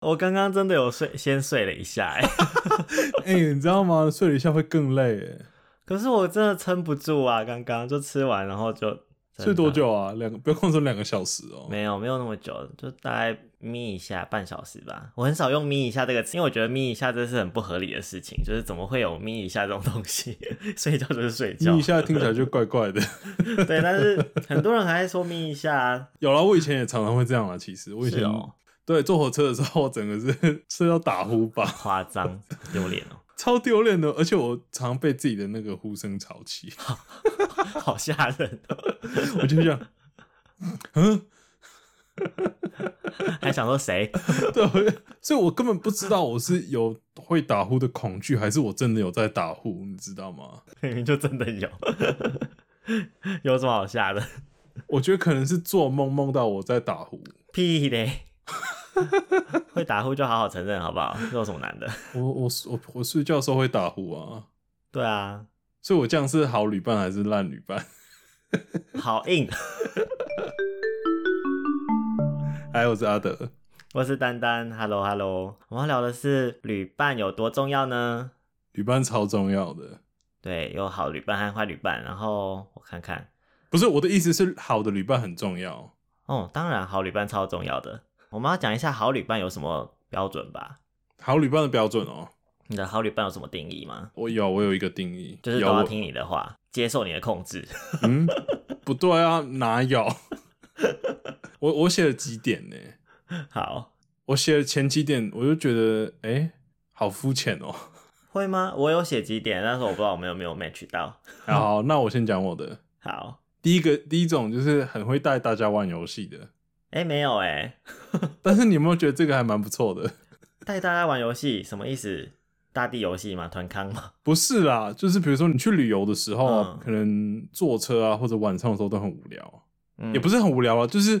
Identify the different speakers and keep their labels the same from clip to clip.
Speaker 1: 我刚刚真的有睡，先睡了一下、欸，
Speaker 2: 哎、你知道吗？睡了一下会更累，哎，
Speaker 1: 可是我真的撑不住啊！刚刚就吃完，然后就真的
Speaker 2: 睡多？久啊？两个，不要控制两个小时哦、
Speaker 1: 没有，没有那么久，就大概眯一下半小时吧。我很少用眯一下这个词，因为我觉得眯一下这是很不合理的事情，就是怎么会有眯一下这种东西？ 睡觉就是睡觉，
Speaker 2: 眯一下听起来就怪怪的。
Speaker 1: 对，但是很多人还在说眯一下啊，
Speaker 2: 有了，我以前也常常会这样啊。其实我以
Speaker 1: 是
Speaker 2: 前、
Speaker 1: 哦，
Speaker 2: 对坐火车的时候，我整个是 睡到打呼吧，
Speaker 1: 夸张，丢脸哦，
Speaker 2: 超丢脸的。而且我常被自己的那个呼声吵起，
Speaker 1: 好吓人哦！
Speaker 2: 我就这样，
Speaker 1: 还想说谁？
Speaker 2: 对， 我就所以我根本不知道我是有会打呼的恐惧，还是我真的有在打呼，你知道吗？
Speaker 1: 明明就真的有， 有什么好吓的？
Speaker 2: 我觉得可能是做梦梦到我在打呼，
Speaker 1: 屁嘞！会打呼就好好承认好不好？这有什么难的？
Speaker 2: 我我我我睡觉的时候会打呼啊，
Speaker 1: 对啊，
Speaker 2: 所以我这样是好旅伴还是烂旅伴？
Speaker 1: 好硬。
Speaker 2: 哎，我是阿德，
Speaker 1: 我是丹丹，Hello Hello。我们要聊的是旅伴有多重要呢？
Speaker 2: 旅伴超重要的，
Speaker 1: 对，有好旅伴和坏旅伴。然后我看看，
Speaker 2: 不是我的意思是好的旅伴很重要。
Speaker 1: 哦，当然好旅伴超重要的。我们要讲一下好旅伴有什么标准吧？
Speaker 2: 好旅伴的标准哦、
Speaker 1: 你的好旅伴有什么定义吗？
Speaker 2: 我有，我有一个定义，
Speaker 1: 就是都
Speaker 2: 有
Speaker 1: 要
Speaker 2: 我
Speaker 1: 听你的话，接受你的控制。
Speaker 2: 嗯，不对啊，哪有？ 我我写了几点呢？
Speaker 1: 好，
Speaker 2: 我写了前几点，我就觉得，哎、好肤浅哦。
Speaker 1: 会吗？我有写几点，但是我不知道我们有没有 match 到。
Speaker 2: 好好，那我先讲我的。
Speaker 1: 好，
Speaker 2: 第一个，第一种就是很会带大家玩游戏的，
Speaker 1: 哎、没有哎、
Speaker 2: 但是你有没有觉得这个还蛮不错的？
Speaker 1: 带大家玩游戏什么意思？大地游戏吗？团康吗？
Speaker 2: 不是啦，就是比如说你去旅游的时候啊，
Speaker 1: 嗯
Speaker 2: 可能坐车啊，或者晚上的时候都很无聊，啊
Speaker 1: 嗯
Speaker 2: 也不是很无聊啊，就是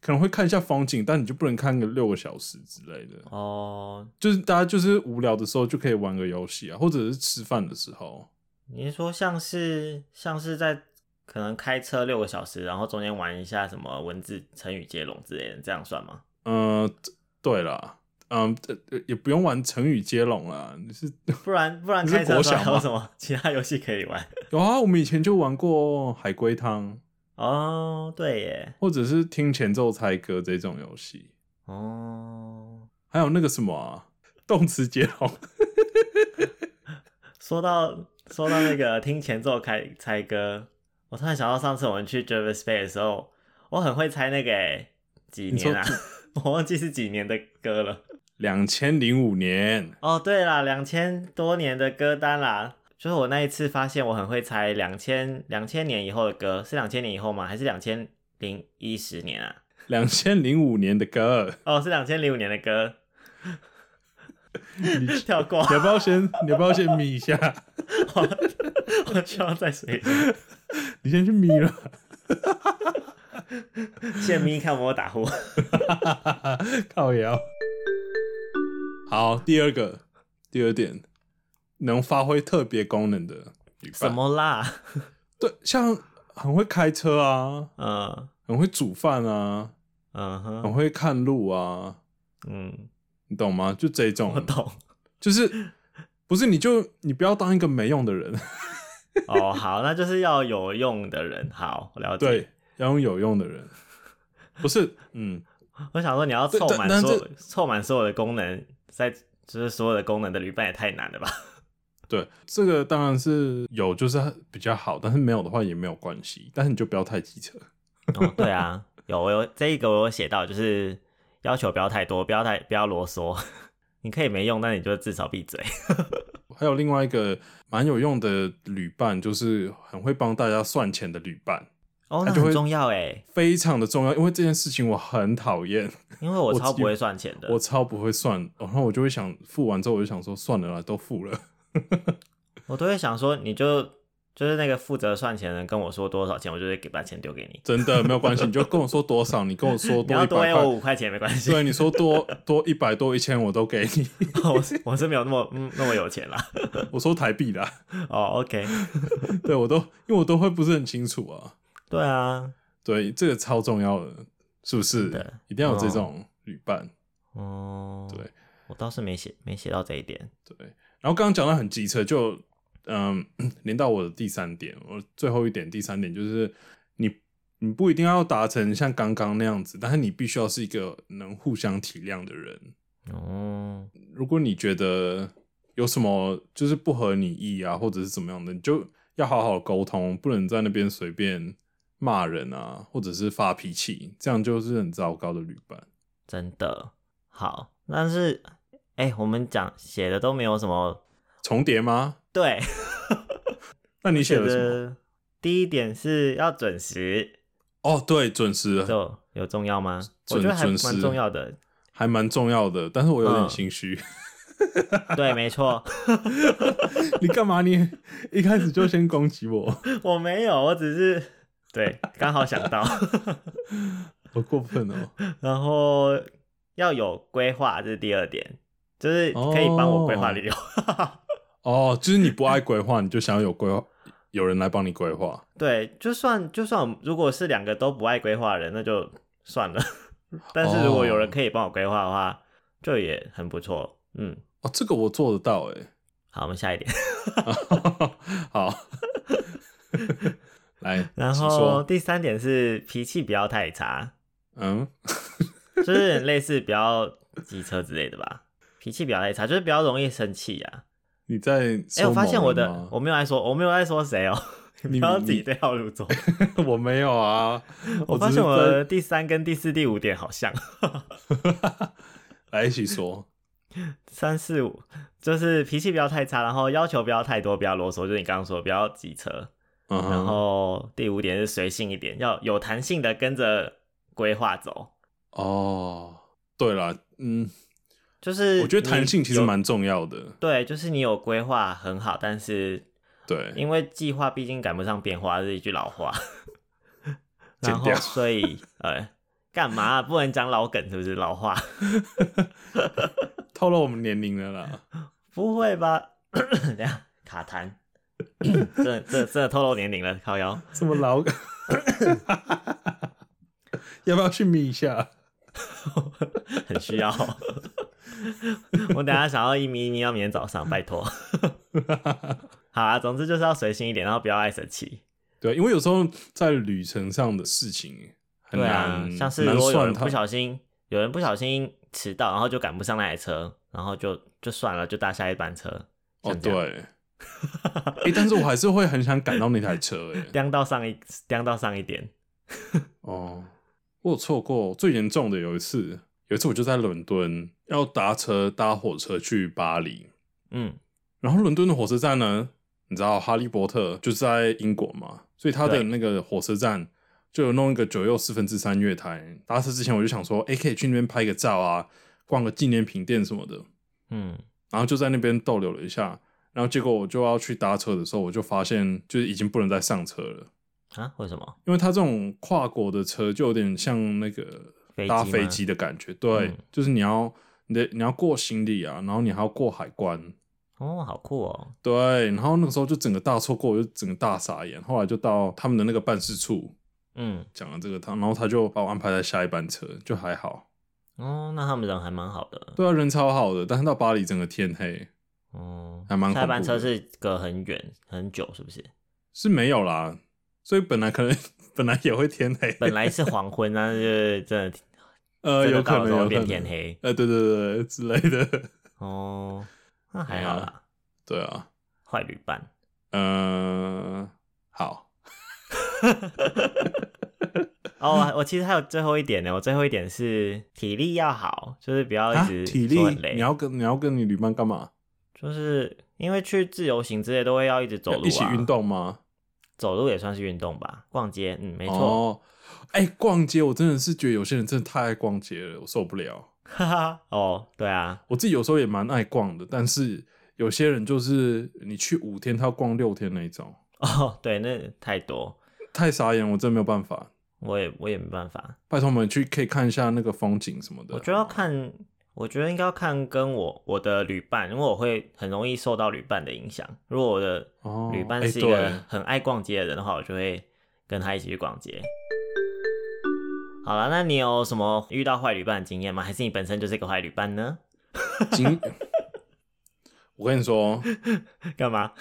Speaker 2: 可能会看一下风景，但你就不能看个六个小时之类的。
Speaker 1: 哦，
Speaker 2: 就是大家就是无聊的时候就可以玩个游戏啊，或者是吃饭的时候，
Speaker 1: 你是说像是像是在可能开车六个小时，然后中间玩一下什么文字成语接龙之类的，这样算吗？
Speaker 2: 嗯、这对啦，嗯、这呃也不用玩成语接龙啦，你是
Speaker 1: 不然不然
Speaker 2: 你是
Speaker 1: 开车的
Speaker 2: 国
Speaker 1: 时候
Speaker 2: 小
Speaker 1: 还有
Speaker 2: 吗
Speaker 1: 什么其他游戏可以玩？
Speaker 2: 有啊，我们以前就玩过海龟汤，
Speaker 1: 哦，对耶，
Speaker 2: 或者是听前奏猜歌这种游戏，
Speaker 1: 哦，
Speaker 2: 还有那个什么啊，动词接龙，
Speaker 1: 说到说到那个听前奏开猜歌，我突然想到上次我们去 Jervis Bay 的时候，我很会猜那个耶几
Speaker 2: 你说
Speaker 1: 年啊， 我忘记是几年的歌了。
Speaker 2: 两千零五年，
Speaker 1: 哦，对啦，两千多年的歌单啦，就是我那一次发现我很会猜两千两千年以后的歌，是两千年以后吗？还是两千零一十年啊？
Speaker 2: 两千零五年的歌，
Speaker 1: 哦，是两千零五年的歌，
Speaker 2: 你
Speaker 1: 跳过，
Speaker 2: 你要不要先你要不要先眯一下？
Speaker 1: 我需要再水
Speaker 2: 你先去眯了。
Speaker 1: 谢咪看我有没有打呼。
Speaker 2: 靠腰。好，第二个，第二点，能发挥特别功能的旅伴
Speaker 1: 什？么啦？
Speaker 2: 对，像很会开车啊，
Speaker 1: 嗯
Speaker 2: 很会煮饭啊，
Speaker 1: 嗯
Speaker 2: 很
Speaker 1: 哼，
Speaker 2: 会看路啊，
Speaker 1: 嗯，
Speaker 2: 你懂吗？就这
Speaker 1: 我
Speaker 2: 种，
Speaker 1: 懂。
Speaker 2: 就是不是你就你不要当一个没用的人，
Speaker 1: 哦，好，那就是要有用的人。好，我了解。
Speaker 2: 对，要用有用的人，不是，嗯，
Speaker 1: 我想说你要
Speaker 2: 对
Speaker 1: 凑
Speaker 2: 但
Speaker 1: 满
Speaker 2: 但
Speaker 1: 所
Speaker 2: 是
Speaker 1: 有凑满所有的功能，在就是所有的功能的旅伴也太难了吧？
Speaker 2: 对，这个当然是有，就是比较好，但是没有的话也没有关系，但是你就不要太机车。
Speaker 1: 哦，对啊，有我有这一个我有写到，就是要求不要太多，不要太不要啰嗦。 你可以没用，但你就至少闭嘴。
Speaker 2: 哎还有另外一个蛮有用的旅伴，就是很会帮大家算钱的旅伴，
Speaker 1: 哦，那
Speaker 2: 那就
Speaker 1: 很
Speaker 2: 会
Speaker 1: 重要哎，
Speaker 2: 非常的重要。因为这件事情我很讨厌，
Speaker 1: 因为我
Speaker 2: 我
Speaker 1: 超
Speaker 2: 自己
Speaker 1: 不会算钱的
Speaker 2: 我。超不会算，然后我就会想付完之后，我就想说算了啦，都付了。
Speaker 1: 我都会想说，你就就是那个负责算钱的人跟我说多少钱，我就会给把钱丢给你。
Speaker 2: 真的没有关系，你就跟我说多少，你跟我说
Speaker 1: 你
Speaker 2: 多
Speaker 1: 要
Speaker 2: 一
Speaker 1: 多
Speaker 2: 百
Speaker 1: 给我
Speaker 2: 块，
Speaker 1: 五块钱没关系，
Speaker 2: 对，你说多多一百多一千我都给你，
Speaker 1: 我是我是没有那么嗯那么有钱啦。
Speaker 2: 我说台币啦，
Speaker 1: 哦，OK，
Speaker 2: 对我都因为我都会不是很清楚啊，
Speaker 1: 对啊，
Speaker 2: 对，这个超重要的，是不是哦
Speaker 1: 的？
Speaker 2: 一定要有这种旅伴，
Speaker 1: 哦，
Speaker 2: 对，
Speaker 1: 倒是没写没写到这一点。
Speaker 2: 然后刚刚讲到很机车，就嗯连到我的第三点，我最后一点第三点就是你你不一定要达成像刚刚那样子，但是你必须要是一个能互相体谅的人。
Speaker 1: 哦，
Speaker 2: 如果你觉得有什么就是不合你意啊，或者是怎么样的，你就要好好沟通，不能在那边随便骂人啊，或者是发脾气，这样就是很糟糕的旅伴。
Speaker 1: 真的好，但是哎、我们讲写的都没有什么
Speaker 2: 重叠吗？
Speaker 1: 对。
Speaker 2: 那你写了什么？
Speaker 1: 的第一点是要准时，
Speaker 2: 哦，对，准时
Speaker 1: 就有重要吗？我
Speaker 2: 准
Speaker 1: 觉得还
Speaker 2: 准时
Speaker 1: 蛮重要的。
Speaker 2: 还蛮重要的，但是我有点
Speaker 1: 嗯
Speaker 2: 心虚。
Speaker 1: 对，没错，
Speaker 2: 你干嘛？你一开始就先攻击我，
Speaker 1: 我没有，我只是对刚好想到，
Speaker 2: 好过分哦！
Speaker 1: 然后要有规划，这是第二点，就是可以帮我规划旅游。
Speaker 2: 哦，就是你不爱规划，你就想要有规划，有人来帮你规划。
Speaker 1: 对，就算就算我如果是两个都不爱规划的人，那就算了。 但是如果有
Speaker 2: 哦
Speaker 1: 人可以帮我规划的话，就也很不错。嗯，
Speaker 2: 哦，这个我做得到哎、
Speaker 1: 好，我们下一点。
Speaker 2: 好，来，
Speaker 1: 然
Speaker 2: 请
Speaker 1: 后
Speaker 2: 说
Speaker 1: 第三点是脾气不要太差，
Speaker 2: 嗯，
Speaker 1: 就是很类似不要机车之类的吧，脾气比较太差，就是比较容易生气呀、
Speaker 2: 你在
Speaker 1: 哎、我
Speaker 2: 说某人吗？
Speaker 1: 发现我的我没有爱说，我没有爱说谁哦、
Speaker 2: 你
Speaker 1: 你不要自己对号入座。
Speaker 2: 我没有啊，
Speaker 1: 我发
Speaker 2: 只
Speaker 1: 现
Speaker 2: 是
Speaker 1: 我的
Speaker 2: 在
Speaker 1: 第三跟第四、第五点好像，
Speaker 2: 来一起说。
Speaker 1: 三四五就是脾气不要太差，然后要求不要太多，不要啰嗦，就是你刚刚说的不要急车。
Speaker 2: 嗯哼，
Speaker 1: 然后第五点是随性一点，要有弹性的跟着规划走。
Speaker 2: 哦，对了，嗯，
Speaker 1: 就是
Speaker 2: 我觉得弹
Speaker 1: 你
Speaker 2: 性其实
Speaker 1: 有
Speaker 2: 蛮重要的。
Speaker 1: 对，就是你有规划很好，但是
Speaker 2: 对，
Speaker 1: 因为计划毕竟赶不上变化，这是一句老话。
Speaker 2: 剪
Speaker 1: 然后
Speaker 2: 掉
Speaker 1: 所以呃，干嘛、不能讲老梗是不是？老话
Speaker 2: 透露我们年龄 了啦。
Speaker 1: 不会吧？ 等一下卡痰， 这这这透露年龄了，靠腰。
Speaker 2: 这么老， 要不要去眯一下？
Speaker 1: 很需要。 我等一下想要一米一米到明天早上，拜 托。好啊，总之就是要随心一点，然后不要爱生气。
Speaker 2: 对，啊因为有时候在旅程上的事情很
Speaker 1: 对啊
Speaker 2: 难，，
Speaker 1: 像是
Speaker 2: 很
Speaker 1: 如
Speaker 2: 难
Speaker 1: 果有
Speaker 2: 算
Speaker 1: 人
Speaker 2: 它
Speaker 1: 不。小心，有人不小心迟到，然后就赶不上那台车，然后就就算了，就搭下一班车。
Speaker 2: 哦，
Speaker 1: 像这样，
Speaker 2: 对。 哎、但是我还是会很想赶到那台车、 诶
Speaker 1: 颠到上一颠到上一点，
Speaker 2: 哦，我有错过最严重的有一次，有一次我就在伦敦要搭车搭火车去巴黎，
Speaker 1: 嗯，
Speaker 2: 然后伦敦的火车站呢，你知道《哈利波特》就是在英国嘛，所以它的
Speaker 1: 对
Speaker 2: 那个火车站就有弄一个九又四分之三月台。搭车之前我就想说，哎、可以去那边拍个照啊，逛个纪念品店什么的。
Speaker 1: 嗯，
Speaker 2: 然后就在那边逗留了一下，然后结果我就要去搭车的时候，我就发现就是已经不能再上车了，
Speaker 1: 啊，为什么？
Speaker 2: 因为它这种跨国的车就有点像那个
Speaker 1: 飞机
Speaker 2: 搭飞
Speaker 1: 吗
Speaker 2: 机的感觉，对，
Speaker 1: 嗯
Speaker 2: 就是你要你的你要过行李啊，然后你还要过海关，
Speaker 1: 哦，好酷哦，
Speaker 2: 对，然后那个时候就整个大错过，我就整个大傻眼。后来就到他们的那个办事处
Speaker 1: 嗯，
Speaker 2: 讲了这个他，然后他就把我安排在下一班车，就还好。
Speaker 1: 哦，那他们人还蛮好的，
Speaker 2: 对啊，人超好的，但是到巴黎整个天黑
Speaker 1: 哦，
Speaker 2: 还蛮恐
Speaker 1: 下一
Speaker 2: 怖的
Speaker 1: 班车是隔很远很久，是不是？
Speaker 2: 是没有啦，所以本来可能本来也会天黑，
Speaker 1: 本来是黄昏， 但是真的
Speaker 2: 呃
Speaker 1: 真的
Speaker 2: 有可
Speaker 1: 到了
Speaker 2: 能
Speaker 1: 之后
Speaker 2: 有可
Speaker 1: 变
Speaker 2: 能
Speaker 1: 天，黑
Speaker 2: 呃对对对对之类的，
Speaker 1: 哦，那还好
Speaker 2: 哎
Speaker 1: 啦，
Speaker 2: 对啊，
Speaker 1: 坏旅伴。
Speaker 2: 呃好，
Speaker 1: 哦，我我其实还有最后一点呢，我最后一点是体力要好，就是不要一
Speaker 2: 啊
Speaker 1: 直
Speaker 2: 体力
Speaker 1: 说很累，
Speaker 2: 你要跟你要跟你旅伴干嘛？
Speaker 1: 就是因为去自由行之类都会要一直走路、啊，
Speaker 2: 一起运，动吗？
Speaker 1: 走路也算是运动吧，逛街，嗯，没错，
Speaker 2: 哦，哎、逛街我真的是觉得有些人真的太爱逛街了，我受不了。
Speaker 1: 哈哈，哦，对啊，
Speaker 2: 我自己有时候也蛮爱逛的，但是有些人就是你去五天，他要逛六天那一种，
Speaker 1: 哦，对，那太多，
Speaker 2: 太傻眼，我真的没有办法。
Speaker 1: 我也我也没办法，
Speaker 2: 拜托我们去可以看一下那个风景什么的。
Speaker 1: 我觉得要看，我觉得应该要看跟我我的旅伴，因为我会很容易受到旅伴的影响。如果我的
Speaker 2: 哦
Speaker 1: 旅伴
Speaker 2: 哎
Speaker 1: 是一个
Speaker 2: 对
Speaker 1: 很爱逛街的人的话，我就会跟他一起去逛街。好了，那你有什么遇到坏旅伴的经验吗？还是你本身就是一个坏旅伴呢？
Speaker 2: 今， 我跟你说，
Speaker 1: 干嘛？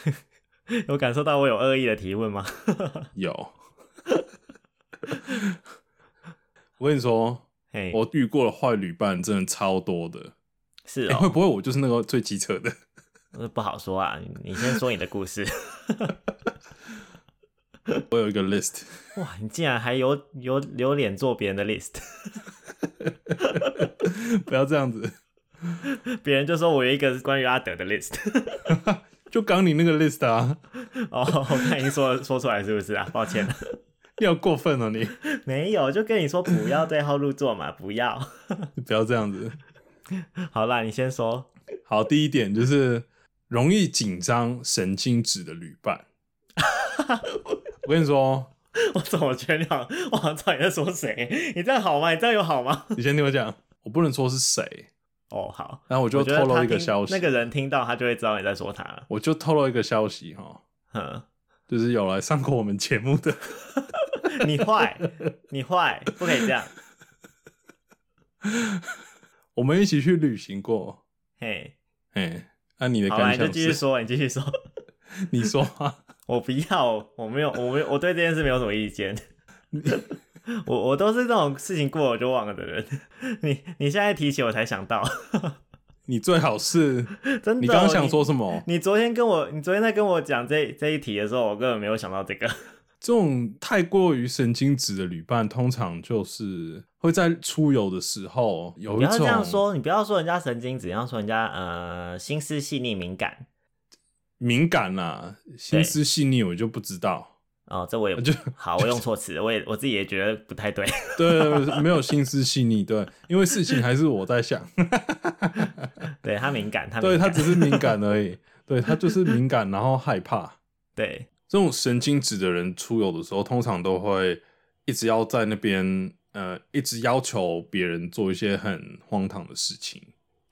Speaker 1: 有感受到我有恶意的提问吗？
Speaker 2: 有，我跟你说，
Speaker 1: 嘿，
Speaker 2: 我遇过的坏旅伴真的超多的。
Speaker 1: 是
Speaker 2: 欸会
Speaker 1: 哦，
Speaker 2: 不会我就是那个最机车的？
Speaker 1: 呃不好说啊。你你先说你的故事。
Speaker 2: 我有一个 list，
Speaker 1: 哇，你竟然还有有有脸做别人的 list，
Speaker 2: 不要这样子。
Speaker 1: 别人就说我有一个关于阿德的 list。
Speaker 2: 就刚你那个 list 啊，
Speaker 1: 哦，我看已经说说出来是不是啊？抱歉，
Speaker 2: 你好过分哦、你！
Speaker 1: 没有，就跟你说不要对号入座嘛， 不要。
Speaker 2: 你不要这样子。
Speaker 1: 好啦，你先说。
Speaker 2: 好，第一点就是容易紧张、神经质的旅伴。 我跟你说，哦
Speaker 1: 我怎么觉得你好像，我好像知道你在说谁？你这样好吗？你这样有好吗？
Speaker 2: 你先听我讲，我不能说是谁，
Speaker 1: 哦，好，
Speaker 2: 然后我就
Speaker 1: 我觉得
Speaker 2: 透露
Speaker 1: 他
Speaker 2: 一个
Speaker 1: 听
Speaker 2: 消息，
Speaker 1: 那个人听到他就会知道你在说他了。
Speaker 2: 我就透露一个消息哈，
Speaker 1: 哼，
Speaker 2: 就是有来上过我们节目的，
Speaker 1: 你 坏，你坏，不可以这样。
Speaker 2: 我们一起去旅行过。
Speaker 1: 嘿，
Speaker 2: 哎，那、你的
Speaker 1: 好啦，
Speaker 2: 感
Speaker 1: 你就
Speaker 2: 想
Speaker 1: 继续
Speaker 2: 是？
Speaker 1: 说，你继续说。
Speaker 2: 你说啊，
Speaker 1: 我不要，我没有，我没有，我对这件事没有什么意见。 我我都是这种事情过了我就忘了的人。 你你现在提起我才想到，
Speaker 2: 你最好是，
Speaker 1: 真的。哦
Speaker 2: 你刚刚想说什么？
Speaker 1: 你，你昨天跟我，你昨天在跟我讲这这一题的时候，我根本没有想到这个。
Speaker 2: 这种太过于神经质的旅伴，通常就是会在出游的时候有
Speaker 1: 不
Speaker 2: 一
Speaker 1: 要
Speaker 2: 种
Speaker 1: 这样说，你不要说人家神经质，要说人家呃心思细腻敏感
Speaker 2: 敏感啦、心思细腻，我就不知道。
Speaker 1: 哦，这我也不
Speaker 2: 就
Speaker 1: 好，我用错词了，我也我自己也觉得不太 对。
Speaker 2: 对，没有心思细腻，对，因为事情还是我 在想，
Speaker 1: 对他敏感，他敏
Speaker 2: 对他
Speaker 1: 感
Speaker 2: 只是敏感而已，对他就是敏感，然后害怕。
Speaker 1: 对
Speaker 2: 这种神经质的人出游的时候，通常都会一直要在那边，呃，一直要求别人做一些很荒唐的事情，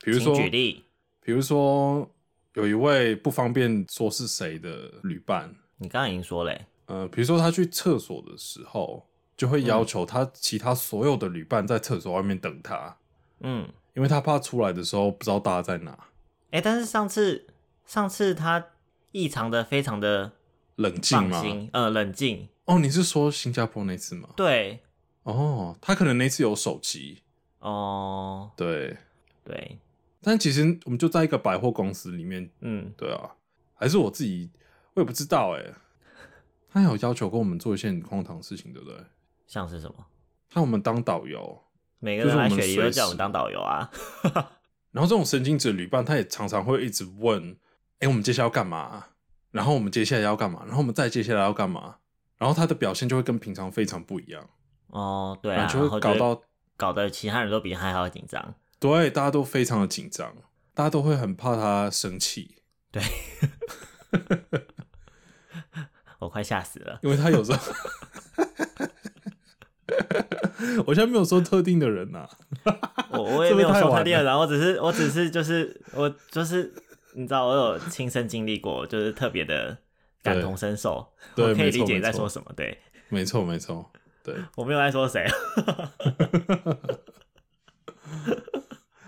Speaker 2: 比如
Speaker 1: 请
Speaker 2: 说
Speaker 1: 举例，
Speaker 2: 比如说有一位不方便说是谁的旅伴，
Speaker 1: 你刚刚已经说嘞、
Speaker 2: 呃，比如说他去厕所的时候，就会
Speaker 1: 嗯
Speaker 2: 要求他其他所有的旅伴在厕所外面等他，
Speaker 1: 嗯，
Speaker 2: 因为他怕出来的时候不知道大家在哪，
Speaker 1: 哎、但是上次上次他异常的非常的
Speaker 2: 冷静
Speaker 1: 放
Speaker 2: 吗？
Speaker 1: 心，呃，冷静，
Speaker 2: 哦，你是说新加坡那次吗？
Speaker 1: 对，
Speaker 2: 哦，他可能那次有手机，
Speaker 1: 哦，
Speaker 2: 对，
Speaker 1: 对，
Speaker 2: 但其实我们就在一个百货公司里面，
Speaker 1: 嗯，
Speaker 2: 对啊，还是我自己，我也不知道哎、他有要求过我们做一些很荒唐的事情，对不对？
Speaker 1: 像是什么？
Speaker 2: 他我们当导游，
Speaker 1: 每个
Speaker 2: 就是
Speaker 1: 人
Speaker 2: 我
Speaker 1: 来
Speaker 2: 们
Speaker 1: 雪梨都
Speaker 2: 随
Speaker 1: 叫我
Speaker 2: 时
Speaker 1: 们当导游啊，
Speaker 2: 然后这种神经质的旅伴，他也常常会一直问：“哎、我们接下来要干嘛？然后我们接下来要干嘛？然后我们再接下来要干嘛？”然后他的表现就会跟平常非常不一样，
Speaker 1: 哦，对
Speaker 2: 然
Speaker 1: 啊，
Speaker 2: 后
Speaker 1: 然
Speaker 2: 就
Speaker 1: 后
Speaker 2: 会搞到
Speaker 1: 搞得其他人都比他还要紧张。
Speaker 2: 对大家都非常的紧张，大家都会很怕他生气，
Speaker 1: 我快吓死 了。
Speaker 2: 因为他有时 候，我现在没有说特定的人啊呐、
Speaker 1: 我我也
Speaker 2: 这
Speaker 1: 没
Speaker 2: 个
Speaker 1: 有
Speaker 2: 太
Speaker 1: 说
Speaker 2: 晚
Speaker 1: 他第二
Speaker 2: 了
Speaker 1: 然后我只是我只是就是我就是你知道我有亲身经历过，就是特别的感
Speaker 2: 对
Speaker 1: 同身受，
Speaker 2: 对
Speaker 1: 我可以
Speaker 2: 没错
Speaker 1: 理解你
Speaker 2: 没
Speaker 1: 在
Speaker 2: 错
Speaker 1: 说什么。对
Speaker 2: 没错没错，对，
Speaker 1: 我没有在说谁，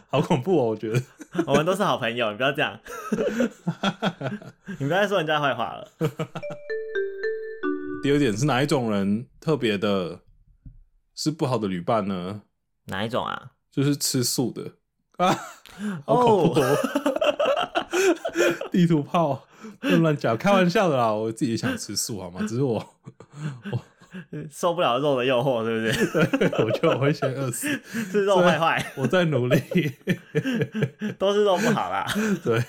Speaker 2: 好恐怖哦，我觉得。
Speaker 1: 我们都是好朋友，你不要这 样，你不要再说人家坏话 了。
Speaker 2: 第二点是哪一种人特别的，是不好的旅伴呢？
Speaker 1: 哪一种啊？
Speaker 2: 就是吃素的 啊，好恐怖、哦！ 地图炮，不能乱讲，开玩笑的啦，我自己也想吃素好吗？只是我
Speaker 1: 受不了肉的诱惑，是不是？
Speaker 2: 我觉得我会先饿死，
Speaker 1: 是肉坏坏，
Speaker 2: 我在努力，
Speaker 1: 都是肉不好啦。
Speaker 2: 对，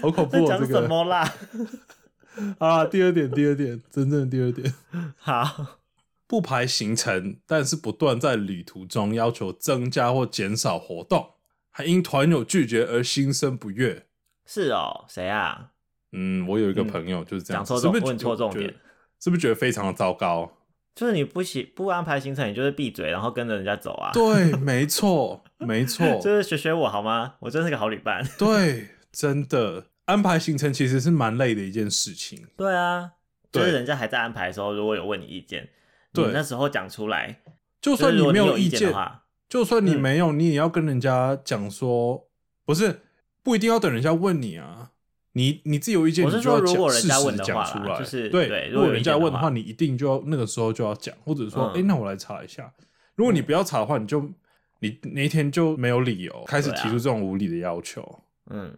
Speaker 2: 好恐
Speaker 1: 在
Speaker 2: 怖哦
Speaker 1: 讲
Speaker 2: 这
Speaker 1: 什
Speaker 2: 个
Speaker 1: 么啦？
Speaker 2: 啊！第二点，第二点，真正的第二点，
Speaker 1: 好，
Speaker 2: 不排行程，但是不断在旅途中要求增加或减少活动，还因团友拒绝而心生不悦。
Speaker 1: 是哦，谁啊？
Speaker 2: 嗯，我有一个朋友就是这样
Speaker 1: 讲错
Speaker 2: 子，是不
Speaker 1: 重
Speaker 2: 是
Speaker 1: 问
Speaker 2: 觉
Speaker 1: 错重
Speaker 2: 觉得
Speaker 1: 点
Speaker 2: 是不是觉得非常的糟糕？
Speaker 1: 就是你不喜不安排行程，你就是闭嘴，然后跟着人家走啊。
Speaker 2: 对，没错，没错，
Speaker 1: 就是学学我好吗？我真是个好旅伴。
Speaker 2: 对，真的安排行程其实是蛮累的一件事情。
Speaker 1: 对啊，就
Speaker 2: 对
Speaker 1: 是人家还在安排的时候，如果有问你意见，你
Speaker 2: 对
Speaker 1: 那时候讲出来，
Speaker 2: 就
Speaker 1: 就是
Speaker 2: 算
Speaker 1: 如果
Speaker 2: 没
Speaker 1: 有
Speaker 2: 意
Speaker 1: 见的话，嗯
Speaker 2: 就算你没有，你也要跟人家讲说，不是不一定要等人家问你啊。你你自己有意见，
Speaker 1: 我是
Speaker 2: 你就要
Speaker 1: 说如果
Speaker 2: 讲
Speaker 1: 人
Speaker 2: 事
Speaker 1: 家
Speaker 2: 实
Speaker 1: 问的
Speaker 2: 讲
Speaker 1: 话
Speaker 2: 出
Speaker 1: 啦
Speaker 2: 来。
Speaker 1: 就是对
Speaker 2: 对，
Speaker 1: 如
Speaker 2: 如
Speaker 1: 果
Speaker 2: 果
Speaker 1: 有意
Speaker 2: 人家
Speaker 1: 见的
Speaker 2: 问的
Speaker 1: 话
Speaker 2: 话，你一定就要那个时候就要讲，或者说，
Speaker 1: 嗯
Speaker 2: 哎，那我来查一下。如果你不要查的话，你就你那一天就没有理由开始
Speaker 1: 对啊
Speaker 2: 提出这种无理的要求，
Speaker 1: 嗯，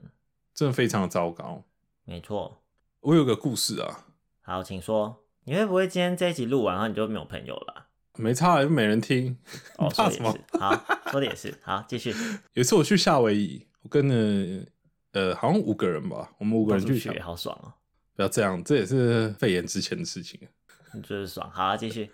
Speaker 2: 真的非常的糟糕。
Speaker 1: 没错。
Speaker 2: 我有个故事啊，
Speaker 1: 好，请说，你会不会今天这一集录完，然后你就没有朋友了？
Speaker 2: 没差，啊就没人听。
Speaker 1: 哦，说
Speaker 2: 怕
Speaker 1: 的
Speaker 2: 什
Speaker 1: 也
Speaker 2: 么
Speaker 1: 是，好，说的也是，好，继续。
Speaker 2: 有一次我去夏威夷，我跟了呃好像五个人吧，我们五个
Speaker 1: 到
Speaker 2: 人
Speaker 1: 处
Speaker 2: 去想
Speaker 1: 学，好爽哦，
Speaker 2: 不要这样，这也是肺炎之前的事情。
Speaker 1: 你就是爽。好，继续。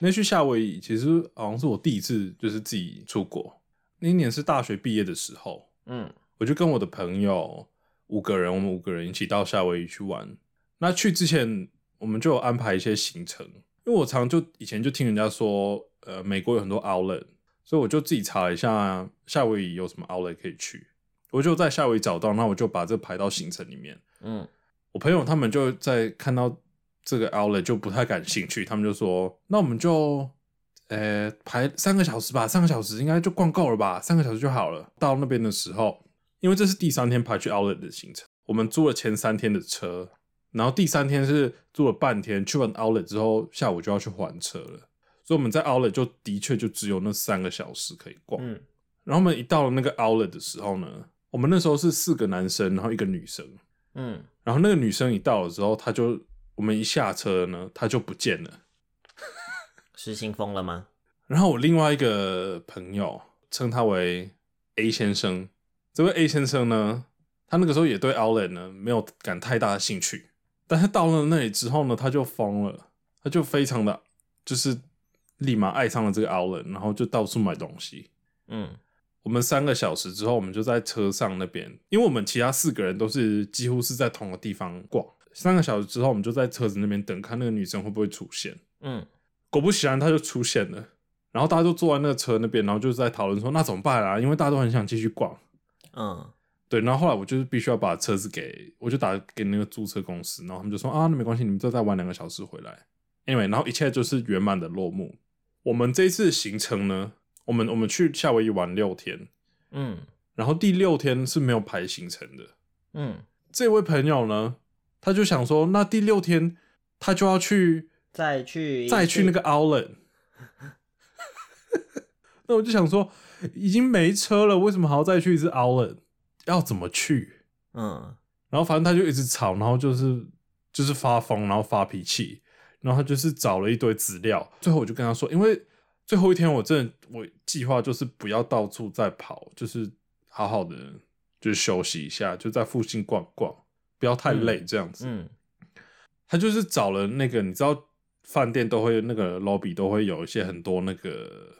Speaker 2: 那去夏威夷其实好像是我第一次就是自己出国，那一年是大学毕业的时候，
Speaker 1: 嗯
Speaker 2: 我就跟我的朋友五个人，我们五个人一起到夏威夷去玩。那去之前我们就有安排一些行程，因为我常就以前就听人家说，呃，美国有很多 outlet，所以我就自己查了一下夏威夷有什么 outlet 可以去，我就在夏威夷找到，那我就把这排到行程里面。
Speaker 1: 嗯，
Speaker 2: 我朋友他们就在看到这个 outlet 就不太感兴趣，他们就说：“那我们就呃排三个小时吧，三个小时应该就逛够了吧，三个小时就好了。”到那边的时候，因为这是第三天排去 outlet 的行程，我们租了前三天的车，然后第三天是租了半天，去完 outlet 之后，下午就要去还车了，所以我们在 outlet 就的确就只有那三个小时可以逛。
Speaker 1: 嗯
Speaker 2: 然后我们一到了那个 outlet 的时候呢，我们那时候是四个男生，然后一个女生。
Speaker 1: 嗯，
Speaker 2: 然后那个女生一到了之后，她就我们一下车呢，她就不见了。
Speaker 1: 失心疯了吗？
Speaker 2: 然后我另外一个朋友称他为 A 先生，这位 A 先生呢，他那个时候也对 Outlet 呢没有感太大的兴趣，但是到了那里之后呢，他就疯了，他就非常的就是立马爱上了这个 Outlet，然后就到处买东西。
Speaker 1: 嗯
Speaker 2: 我们三个小时之后，我们就在车上那边，因为我们其他四个人都是几乎是在同个地方逛。三个小时之后，我们就在车子那边等，看那个女生会不会出现。
Speaker 1: 嗯
Speaker 2: 果不其然，她就出现了。然后大家就坐在那个车那边，然后就在讨论说那怎么办啊？因为大家都很想继续逛。
Speaker 1: 嗯
Speaker 2: 对，然后后来我就是必须要把车子给，我就打给那个租车公司，然后他们就说啊，那没关系，你们就再玩两个小时回来。Anyway，然后一切就是圆满的落幕。我们这一次的行程呢，我们我们去夏威夷玩六天，
Speaker 1: 嗯
Speaker 2: 然后第六天是没有排行程的。
Speaker 1: 嗯，
Speaker 2: 这位朋友呢，他就想说，那第六天他就要去
Speaker 1: 再去一
Speaker 2: 再去那
Speaker 1: 次
Speaker 2: 个 outlet。那我就想说，已经没车了，为什么还要再去一次 outlet？要怎么去？
Speaker 1: 嗯
Speaker 2: 然后反正他就一直吵，然后就是就是发疯，然后发脾气，然后他就是找了一堆资料，最后我就跟他说，因为最后一天我真的我计划就是不要到处再跑，就是好好的就是休息一下，就在附近逛逛，不要太累这样子。
Speaker 1: 嗯
Speaker 2: 他就是找了那个你知道饭店都会那个 lobby 都会有一些很多那个